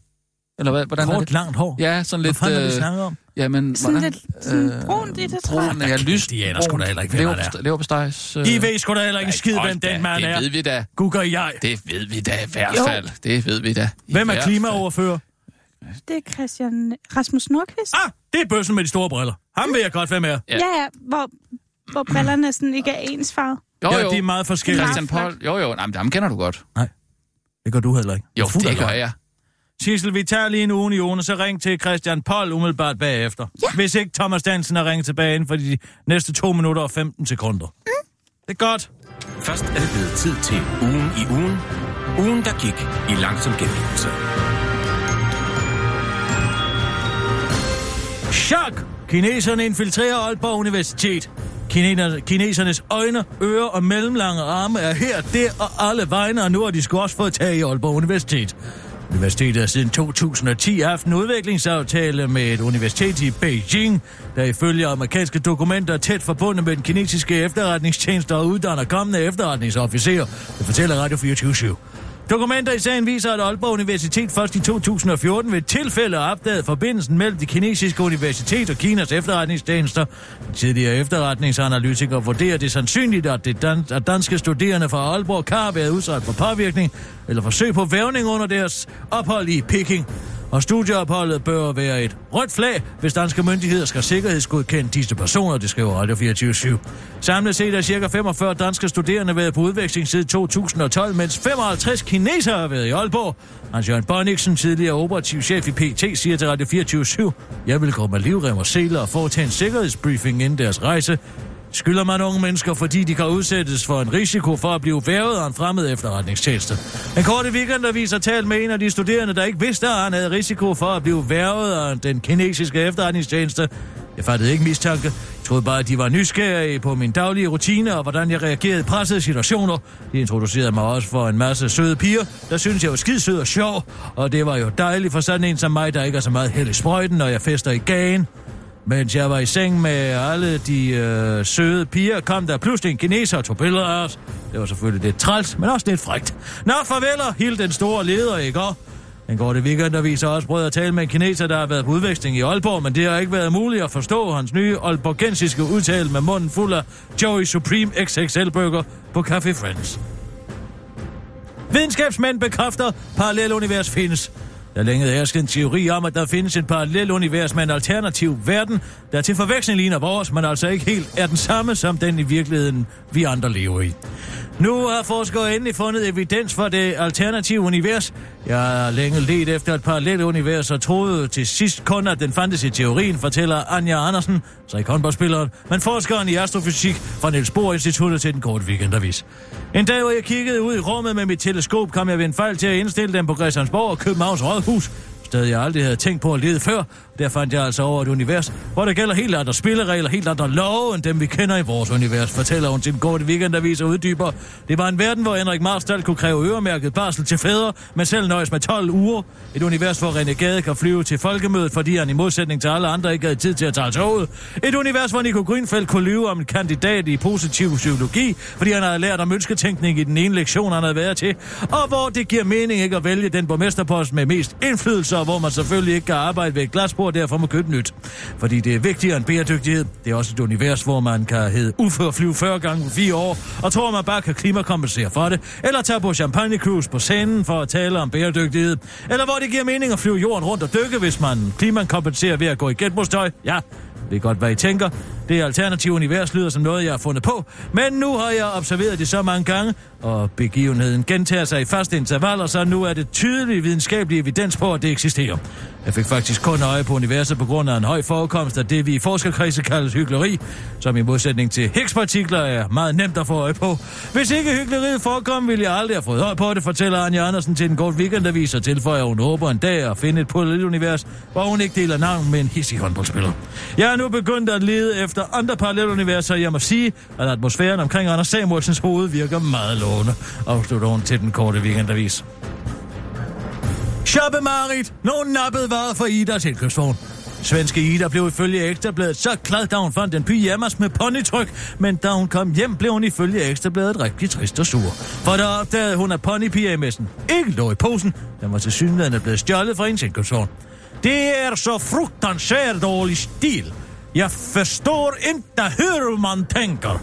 D: Eller hvad, hvordan er
F: Kort,
D: det?
F: langt hår.
D: Ja, sådan
F: Hvad
D: lidt...
F: fanden er det, vi
D: øh,
F: snakker om?
D: Jamen,
E: Sådan
D: hvordan? øh,
E: lidt sådan brunt i det, tror jeg.
D: Brun, ja, lyst.
F: de aner sgu da heller ikke, hvem han er.
D: Leverpostejs. Øh,
F: I ved sgu da heller ikke en skid, hvem
D: da,
F: den mand
D: Det ved
F: er.
D: vi da.
F: Gugger jeg.
D: Det ved vi da i hvert
F: Jo.
D: fald. Det ved vi da. I
F: Hvem er
D: hvert
F: klimaoverfører?
E: Det er Christian Rasmus Nordqvist.
F: Ah, det er bøssen med de store briller. Ham ved jeg godt, hvem er.
D: Ja.
E: Ja, ja, hvor, hvor brillerne sådan ikke er ensfarvet.
D: fald. Jo,
F: Ja,
D: jo.
F: de er meget forskellige.
D: Christian Pold. Jo, jo. Nej, men ham kender du godt.
F: Det gør du heller ikke.
D: Jo,
F: Du er fuld
D: det
F: af
D: gør
F: løgn.
D: jeg.
F: Sissel, vi tager lige en union, og så ring til Christian Pold umiddelbart bagefter. Ja. Hvis ikke Thomas Dansen har ringet tilbage inden for de næste 2 minutter og 15 sekunder. Mm. Det er godt.
G: Først er det blevet tid til ugen i ugen. Ugen, der gik i langsom gengivelse.
F: Chok! Kineserne infiltrerer Aalborg Universitet. Kineser, kinesernes øjne, ører og mellemlange arme er her, der og alle vegne, og nu har de sgu også fået tag i Aalborg Universitet. Universitetet har siden 2010 haft en udviklingsaftale med et universitet i Beijing, der ifølge amerikanske dokumenter er tæt forbundet med den kinesiske efterretningstjeneste og uddanner kommende efterretningsofficerer. Det fortæller Radio 24 /7. Dokumenter i sagen viser, at Aalborg Universitet først i 2014 ved et tilfælde opdagede forbindelsen mellem det kinesiske universitet og Kinas efterretningstjenester. Den tidligere efterretningsanalytiker vurderer det sandsynligt, at, det dan- at danske studerende fra Aalborg kan have været udsat for påvirkning eller forsøg på vævning under deres ophold i Peking og studieopholdet bør være et rødt flag, hvis danske myndigheder skal sikkerhedsgodkende disse personer, det skriver Radio 24 Samlet set er ca. 45 danske studerende været på udveksling siden 2012, mens 55 kinesere har været i Aalborg. Hans Jørgen Bonniksen, tidligere operativ chef i PT, siger til Radio 24 Jeg vil gå med livrem og seler og foretage en sikkerhedsbriefing inden deres rejse. Skylder man unge mennesker, fordi de kan udsættes for en risiko for at blive vævet af en fremmed efterretningstjeneste. En korte weekendavis har talt med en af de studerende, der ikke vidste, at han havde risiko for at blive vævet af den kinesiske efterretningstjeneste. Jeg fattede ikke mistanke. Jeg troede bare, at de var nysgerrige på min daglige rutine og hvordan jeg reagerede i pressede situationer. De introducerede mig også for en masse søde piger, der synes jeg var skidsød og sjov. Og det var jo dejligt for sådan en som mig, der ikke er så meget held i sprøjten, når jeg fester i gagen. Mens jeg var i seng med alle de øh, søde piger, kom der pludselig en kineser og tog billeder af os. Det var selvfølgelig lidt træls, men også lidt frægt. Nå, farveler, hele den store leder i går. Den korte weekendavis har også prøvet at tale med en kineser, der har været på udveksling i Aalborg, men det har ikke været muligt at forstå hans nye aalborgensiske udtale med munden fuld af Joey Supreme XXL-burger på Café Friends. Videnskabsmænd bekræfter, parallelunivers findes. Der længede hersket en teori om, at der findes et parallelunivers med en alternativ verden, der til forveksling ligner vores, men altså ikke helt er den samme som den i virkeligheden, vi andre lever i. Nu har forskere endelig fundet evidens for det alternative univers. Jeg har længe let efter et parallelunivers og troede til sidst kun, at den fandtes i teorien, fortæller Anja Andersen, så ikke håndboldspilleren, men forskeren i astrofysik fra Niels Bohr Instituttet til den korte weekendavis. En dag, hvor jeg kiggede ud i rummet med mit teleskop, kom jeg ved en fejl til at indstille den på Christiansborg og Københavns Rådhus. Sted, jeg aldrig havde tænkt på at lede før. Der fandt jeg altså over et univers, hvor der gælder helt andre spilleregler, helt andre love, end dem vi kender i vores univers, fortæller hun til en kort weekendavis og uddyber. Det var en verden, hvor Henrik Marstal kunne kræve øremærket barsel til fædre, men selv nøjes med 12 uger. Et univers, hvor René Gade kan flyve til folkemødet, fordi han i modsætning til alle andre ikke havde tid til at tage toget. Et univers, hvor Nico Grünfeldt kunne lyve om en kandidat i positiv psykologi, fordi han havde lært om ønsketænkning i den ene lektion, han havde været til. Og hvor det giver mening ikke at vælge den borgmesterpost med mest indflydelse, og hvor man selvfølgelig ikke kan arbejde ved et glasbord, derfor må købe nyt. Fordi det er vigtigere end bæredygtighed. Det er også et univers, hvor man kan hedde ufør og flyve 40 gange på 4 år, og tror man bare kan klimakompensere for det, eller tage på champagne cruise på scenen for at tale om bæredygtighed, eller hvor det giver mening at flyve jorden rundt og dykke, hvis man klimakompenserer ved at gå i genbrugstøj. Ja, det er godt, hvad I tænker. Det alternative univers lyder som noget, jeg har fundet på, men nu har jeg observeret det så mange gange, og begivenheden gentager sig i faste intervaller, så nu er det tydelig videnskabelig evidens på, at det eksisterer. Jeg fik faktisk kun øje på universet på grund af en høj forekomst af det, vi i forskerkredse kaldes hykleri, som i modsætning til Higgs-partikler er meget nemt at få øje på. Hvis ikke hykleriet forekom, ville jeg aldrig have fået øje på det, fortæller Anja Andersen til en kort weekendavis og tilføjer, at hun håber en dag at finde et parallelunivers, hvor hun ikke deler navn med en hissig håndboldspiller. Jeg er nu begyndt at lede efter andre paralleluniverser, og jeg må sige, at atmosfæren omkring Anders Samuelsens hoved virker meget lovende, afslutter hun til den korte weekendavis. Shoppe Marit, nogen nappede varer for Idas indkøbsvogn. Svenske Ida blev ifølge Ekstrabladet så glad, da hun fandt en pyjamas med ponytryk, men da hun kom hjem, blev hun ifølge Ekstrabladet rigtig trist og sur. For der opdagede hun, at ponypyjamasen ikke lå i posen, den var til synligheden blevet stjålet fra hendes indkøbsvogn. Det er så fruktansvært dårlig stil. Jeg forstår ikke, hur man tænker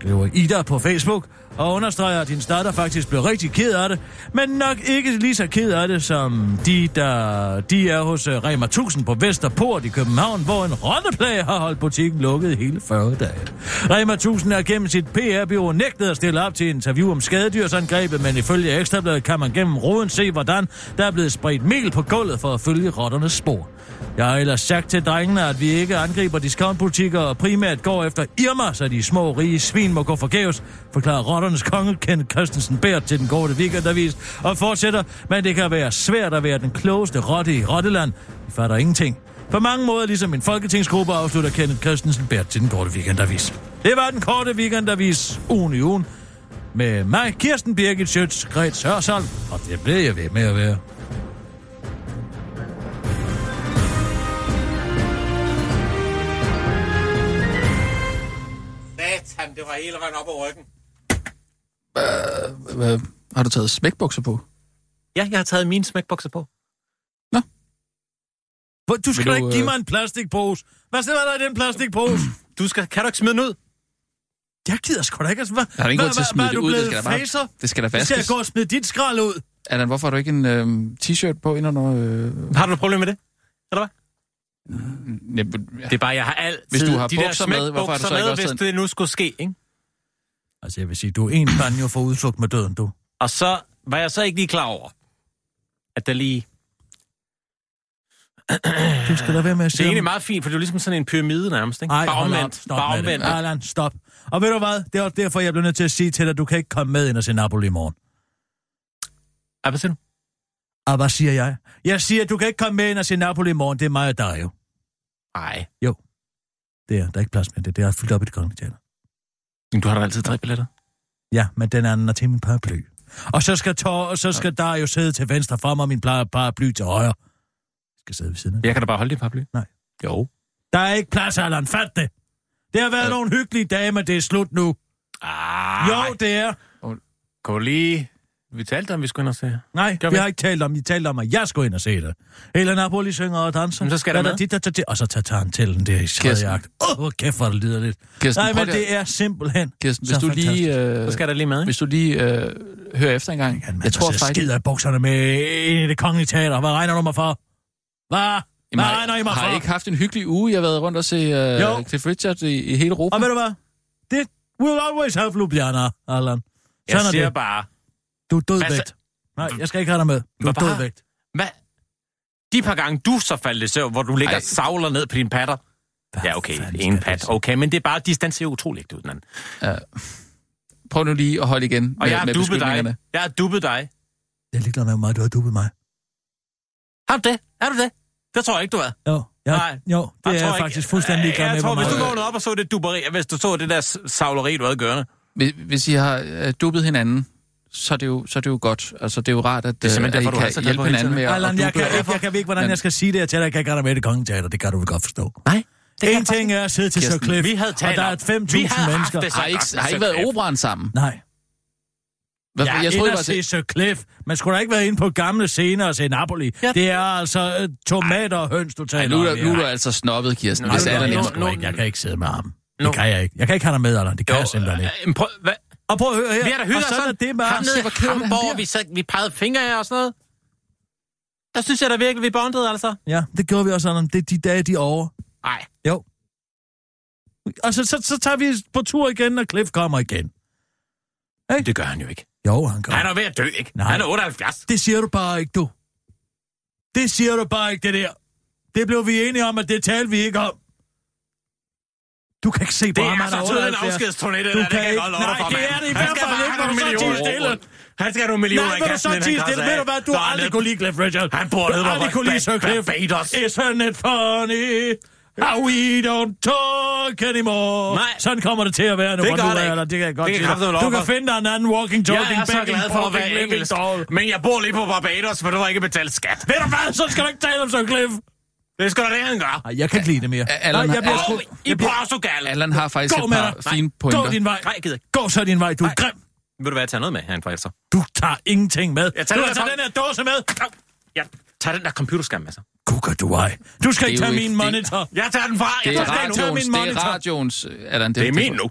F: skriver Ida på Facebook, og understreger, at hendes datter faktisk blev rigtig ked af det, men nok ikke lige så ked af det som de, der de er hos øh, Rema 1000 på Vesterport i København, hvor en rotteplage har holdt butikken lukket i hele 40 dage. Rema 1000 er gennem sit PR-byrå nægtet at stille op til interview om skadedyrsangrebet, men ifølge Ekstrabladet kan man gennem roden se, hvordan der er blevet spredt mel på gulvet for at følge rotternes spor. Jeg har ellers sagt til drengene, at vi ikke angriber discountbutikker og primært går efter Irma, så de små rige svin må gå forgæves, forklarer rotternes konge Kent Christensen Bært til den korte weekendavis og fortsætter, men det kan være svært at være den klogeste rotte i Rotteland. Vi fatter ingenting. På mange måder ligesom en folketingsgruppe afslutter Kenneth Christensen Bært til den korte weekendavis. Det var den korte weekendavis ugen i ugen med mig, Kirsten Birgit Schøtz, Grets Hørsholm, og det blev jeg ved med at være.
I: Satan, det var hele vejen op ad ryggen.
D: Hvad? Har du taget smækbukser på?
G: Ja, jeg har taget mine smækbokser på.
F: Hvor- Du skal
D: Vil
F: da
D: du,
F: ikke give
D: øh,
F: mig en plastikpose. Hvad sidder der i den plastikpose?
G: Du skal, kan du ikke smide den ud?
F: Jeg gider sgu da ikke. Altså, hvad,
D: Jeg har ingen
F: hvad-
D: grund til at
F: hvad-
D: smide
F: hvad
D: det
F: er du
D: ud. Det
F: blevet
D: skal, da bare,
F: facer?
D: det skal da
F: Skal jeg
D: vaskes.
F: gå og smide dit skrald ud?
D: Allan, hvorfor har du ikke en øh, t-shirt på indenunder? Øh,
G: Har du et problem med det?
D: næb- ja.
G: Det er bare, jeg har altid...
D: Hvis du har
G: de der
D: bukser med, hvorfor har du så ikke
G: smækbukser med,
D: også
G: hvis det nu skulle ske, ikke?
F: Altså, jeg vil sige, du er en kan jo få udslugt med døden, du.
G: Og så var jeg så ikke lige klar over, at der lige...
F: Du skal da være med at
G: Det er
F: sige...
G: egentlig meget fint, for det er jo ligesom sådan en pyramide nærmest, ikke?
F: Nej,
G: bare
F: hold op.
G: omvendt.
F: Stop
G: bare
F: med det.
G: omvendt.
F: Allan, stop. Og ved du hvad? Det er også derfor, jeg blev nødt til at sige til dig, at du kan ikke komme med ind og se Napoli i morgen.
G: Ja, hvad siger du?
F: Og hvad siger jeg? Jeg siger, at du kan ikke komme med ind og se Napoli i morgen. Det er mig og dig jo.
G: Nej.
F: Det er, der er ikke plads med det. Det er fyldt op i det kongelige teater.
G: Du har da altid tre billetter.
F: Ja, men den anden er til min paraply. Og så skal, tår, og så skal der jo sidde til venstre for mig, og min pla- paraply til højre. Jeg skal sidde ved siden af.
G: Jeg kan da bare holde din paraply.
F: Nej.
G: Jo.
F: Der er ikke plads, Allan. Fat det. Det har været
D: Øh.
F: nogle hyggelige dage, men det er slut nu.
G: Ah,
F: Jo, det er.
G: Kan du lige... Vi talte om, vi skulle ind og se.
F: Nej,
G: Gør
F: vi
G: vi?
F: har ikke talt om, I talt om, at jeg skulle ind og se det. Hele Napoli synger og danser.
G: Jamen, så skal
F: Hvad
G: der
F: er
G: med.
F: dit, der tager til? Og så tager tarantellen der i skrædjagt. Åh, hvor kæft, hvor det lider lidt.
D: Kirsten,
F: Nej,
D: prøv
F: men
D: lige-
F: det er simpelthen...
D: Kirsten,
F: så
D: hvis du lige, øh,
G: Så skal der lige med, ikke?
D: hvis du lige øh, hører efter en gang.
F: Han,
D: Jeg tror faktisk...
F: Altså, skider i bukserne med ind i det kongelige teater. Hvad regner du mig for? Hvad? Hvad
D: Jamen, har-
F: regner I mig
D: har
F: for?
D: I ikke haft en hyggelig uge? Jeg har været rundt og se øh,
F: Jo.
D: Cliff Richard i, i hele Europa.
F: Og ved du hvad? Det will always have Ljubljana, Allan.
G: Jeg
F: Sådan er
G: siger
F: det.
G: bare...
F: Du er død
G: Hvad
F: vægt. Nej, jeg skal ikke have dig med. Du er
G: Hvad var-
F: død vægt.
G: Hvad? De par gange, du så faldt i søvn, hvor du ligger
D: Ej.
G: og savler ned på dine patter. Ja, okay,
F: fanden
G: en
F: skal det
G: pat.
F: så?
G: Okay, men det er bare, de distancerer utroligt ikke ud den anden.
D: Prøv nu lige at holde igen med,
G: Og jeg har
D: med
G: dubbet
D: beskyldningerne.
G: dig. Jeg har dubbet dig.
F: Jeg er ligeglad med, hvor meget du har dubbet mig.
G: Har du det? Er du det? Det tror jeg ikke, du er.
F: Jo, jeg,
G: Nej.
F: jo det
G: Jeg
F: er
G: tror
F: jeg
G: ikke-
F: faktisk fuldstændig
G: Jeg,
F: ligeglad med,
G: jeg tror,
F: hvor
G: hvis du
F: meget...
G: vågnede op og så det dubberi, hvis du så det der s- savleri, du havde gørende.
D: Hvis, hvis I har øh, dubbet hinanden, så er, det jo, så er det jo godt. Altså, det er jo rart, at,
G: Det
D: øh,
G: er simpelthen
D: at I
G: derfor, du er så
D: kan
G: glad
D: hjælpe
G: for hele
D: hinanden med
G: tiden.
D: at
F: Allan, jeg
D: dubbe.
F: kan, ikke, jeg kan ikke, hvordan
D: Men-
F: jeg skal sige det her til dig. Jeg kan ikke have dig med i det kongelige teater. Det kan du vel godt forstå.
D: Nej.
F: En ting er at sidde til Sir
D: Kirsten,
F: Cliff,
G: Vi havde
F: og
G: talt
F: der
G: om-
F: er
G: Vi havde
F: 5.000
G: haft
F: mennesker.
G: det så
D: Har I
G: godt,
D: ikke, har I
G: så
D: ikke været i
G: kæft.
D: operan sammen?
F: Nej.
D: Hvad,
F: Ja,
D: jeg troede, I
F: ind
D: var
F: og
D: til...
F: se Sir Cliff. Man skulle da ikke være inde på gamle scener og se Napoli. Ja. Det er altså øh, tomater og høns, du
D: Ej,
F: taler
D: nu, er,
F: om.
D: du- nu er du altså snobbet, Kirsten.
G: Nej,
D: hvis
G: nu-
D: er der
G: nu-
D: lidt.
G: nu-
F: ikke. Jeg kan ikke sidde med ham.
G: Nu.
F: Det kan jeg ikke. Jeg kan ikke have dig med, Allan. Det kan jeg simpelthen ikke.
G: øh, prøv, hvad?
F: Og prøv at høre her.
G: Vi har da hygget
F: og sådan er det med
G: ham
F: ham.
G: nede
F: Se, hvor
G: i
F: ked han
G: Hamburg, vi,
F: bliver.
G: sad, vi pegede fingre af og sådan noget. Der synes jeg da virkelig, vi bondede, altså.
F: Ja, det gjorde vi også, Allan. Det er de dage, de er over.
G: Nej.
F: Jo. Og så, så, så tager vi på tur igen, når Cliff kommer igen.
G: Det gør han jo ikke.
F: Jo, han kommer.
G: Han er ved at dø, ikke?
F: Nej.
G: Han er 78.
F: Det siger du bare ikke, du. Det siger du bare ikke, det der. Det blev vi enige om, at det talte vi ikke om. Du kan ikke se på
G: Det
F: ham,
G: er
F: han
G: så tydeligt en
F: 78.
G: afskedsturné, det der.
F: Du
G: Det
F: kan
G: kan jeg
F: ikke-
G: godt love dig
F: Nej,
G: for,
F: det
G: mand.
F: er det i
G: Han
F: hvert
G: skal
F: fald
G: bare
F: ikke, når
G: have
F: du
G: nogle
F: så
G: millioner
F: tier stille.
G: rundt. Han skal have nogle millioner
F: Nej, vil du så tige stille? Ved du hvad, du har aldrig kunne lide Cliff Richard.
G: Han bor nede
F: Du har
G: på
F: aldrig kunne lide Sir Cliff.
G: Barbados.
F: Isn't it funny? How we don't talk anymore.
G: Nej.
F: Sådan kommer det til at være nu.
G: Det
F: hvor du
G: gør det
F: er
G: ikke.
F: der. Det kan jeg
G: Det
F: godt
G: kan
F: sige
G: kraftedeme
F: dig.
G: love
F: Du kan
G: for.
F: finde dig en anden walking, talking,
G: Jeg er så
F: backing,
G: glad for at være
F: walking, living
G: engelsk,
F: doll.
G: men jeg bor lige på Barbados, for du har ikke betalt skat.
F: Ved du hvad, så skal du ikke tale om Sir Cliff.
G: Det skal da det, han gør.
F: Nej, jeg kan ikke lide det mere.
D: Allan,
F: Nej, jeg bliver
D: Allan-
F: sgu...
G: Og i Portugal.
D: Allan har faktisk
F: Gå
D: et
F: med
D: par
F: dig.
D: fine
F: Gå
D: pointer.
F: din vej.
G: Nej, jeg gider ikke.
F: Gå så din vej, du er grim.
G: Vil du være, jeg tager noget med, han forælder?
F: Du tager ingenting med.
G: Jeg
F: du
G: tager
F: har
G: den
F: taget
G: her-
F: den her dåse med.
G: Jeg tager den der computerskærm med sig.
F: Gukker du ej. Du
D: Det er
F: skal ikke
D: jo
F: tage
D: ikke-
F: min
D: det-
F: monitor.
G: Jeg tager den fra. Jeg
D: Det er
G: tager den fra nu.
D: radioens,
F: min
D: det er
F: monitor.
D: radioens... øh, Allan,
G: Det er min nu.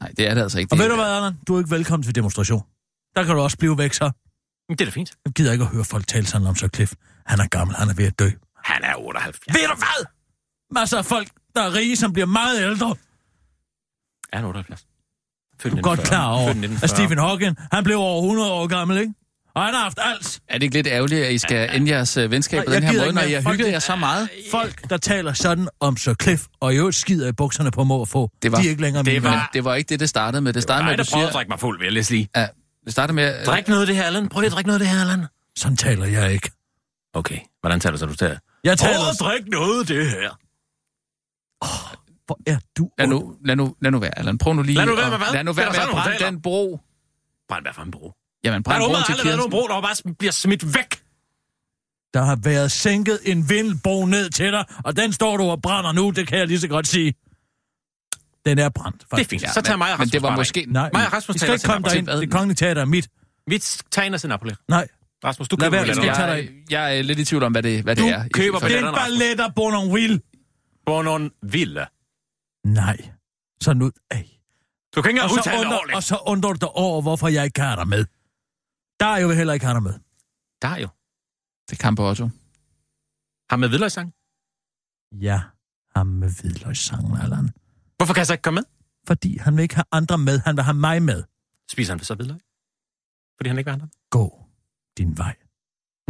D: Nej, det er det altså ikke.
F: Og
D: Det
F: ved du
D: er-
F: hvad, Allan? Du er ikke velkommen til demonstration. Der kan du også blive væk, så.
G: Men Det er da fint.
F: Jeg gider ikke at høre folk tale sådan om Sir Cliff. Han er gammel, han er ved at dø.
G: Han er 78. Ved du hvad?
F: Masser af folk, der er rige, som bliver meget ældre.
G: Er han 78?
F: Du er godt klar over, at
G: Altså,
F: Stephen Hawking, han blev over 100 år gammel, ikke? Og han har haft alt.
D: Er det ikke lidt ærgerligt, at I skal ende jeres øh, venskab på
F: Jeg
D: den her
F: gider
D: måde,
F: ikke
D: når
F: mere.
D: I har
F: Fuck
D: hygget
F: det.
D: jer så meget?
F: Folk, der taler sådan om Sir Cliff, og i øvrigt skider i bukserne på må og få,
D: Det var-
F: de er ikke længere
G: det
F: mine
G: var-
F: venner.
D: Men det var ikke det, det startede med. Det startede
G: Nej,
D: med, at
G: der
D: du
G: prøver
D: siger...
G: at drikke mig fuld, vil jeg lige sige.
D: Ja, det startede med... at-
G: Drik noget af det her, Allan. Prøv lige at drikke noget af det her, Allan.
F: Sådan taler jeg ikke.
G: Okay, hvordan taler så du til det?
F: Jeg taler...
G: Prøv at drikke noget af det her.
F: Hvor er du?
D: Lad nu, lad, nu, lad nu være, Allan. Prøv nu lige...
G: Lad nu være
D: at-
G: med hvad?
D: Lad nu
G: Det er
D: være
G: da
D: med at
G: sådan, hun
D: brænde
G: taler.
D: den bro.
G: Brænd hvad for en bro?
D: Jamen,
G: Der er
D: brænd
G: der
D: broen
G: åbenbart
D: til
G: aldrig været
D: Kirsten.
G: nogen bro, der bare bliver smidt væk.
F: Der har været sænket en vindbro ned til dig, og den står du og brænder nu, det kan jeg lige så godt sige. Den er brændt,
G: Det
F: faktisk.
G: er fint.
D: Ja,
G: Så tager
D: men-
G: mig og
D: men
G: Rasmus
D: det var
G: bare
D: måske...
G: derind.
F: Nej,
G: Mig og Rasmus
F: I
G: taler
F: skal ikke
G: til
F: komme
G: dig.
F: derind.
D: Til hvad?
F: Det kongelige teater er mit.
G: Vi tegner os en appellere.
F: Nej.
G: Rasmus, du
F: Lad
G: køber
F: være,
G: billetter.
F: skal
G: Jeg
F: tage
G: er
F: dig-
D: Jeg, jeg er lidt i tvivl om, hvad det, hvad
F: Du
D: det er. i-
G: køber
D: for-
F: Det er
G: Hvordan,
F: en
G: Rasmus?
F: ballet af Bournonville.
G: Bonon Ville.
F: Nej. Sådan ud af.
G: Du kan ikke
F: Og
G: engang
F: så,
G: udtale det
F: undrer, og
G: ordentligt.
F: så undrer du dig over, hvorfor jeg ikke har dig med. Der er jo heller ikke har dig med.
G: Der er jo.
D: Det er Campo Otto.
G: Ham med Vildløjsang.
F: Ja, ham med hvidløgssangen, Allan.
G: Hvorfor kan jeg så ikke komme med?
F: Fordi han vil ikke have andre med, han vil have mig med.
G: Spiser han så hvidløg? Fordi han ikke var andre.
F: Gå din vej.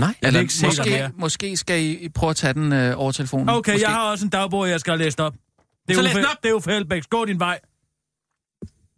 G: Nej,
D: Eller,
F: ikke sikker
D: måske,
F: mere.
D: måske skal I I prøve at tage den øh, over telefonen.
F: Okay,
D: måske.
F: jeg har også en dagbog, jeg skal have læst op. Det er
G: Så
F: Uffe,
G: læs den op!
F: Det er Uffe Helbæk. Gå din vej.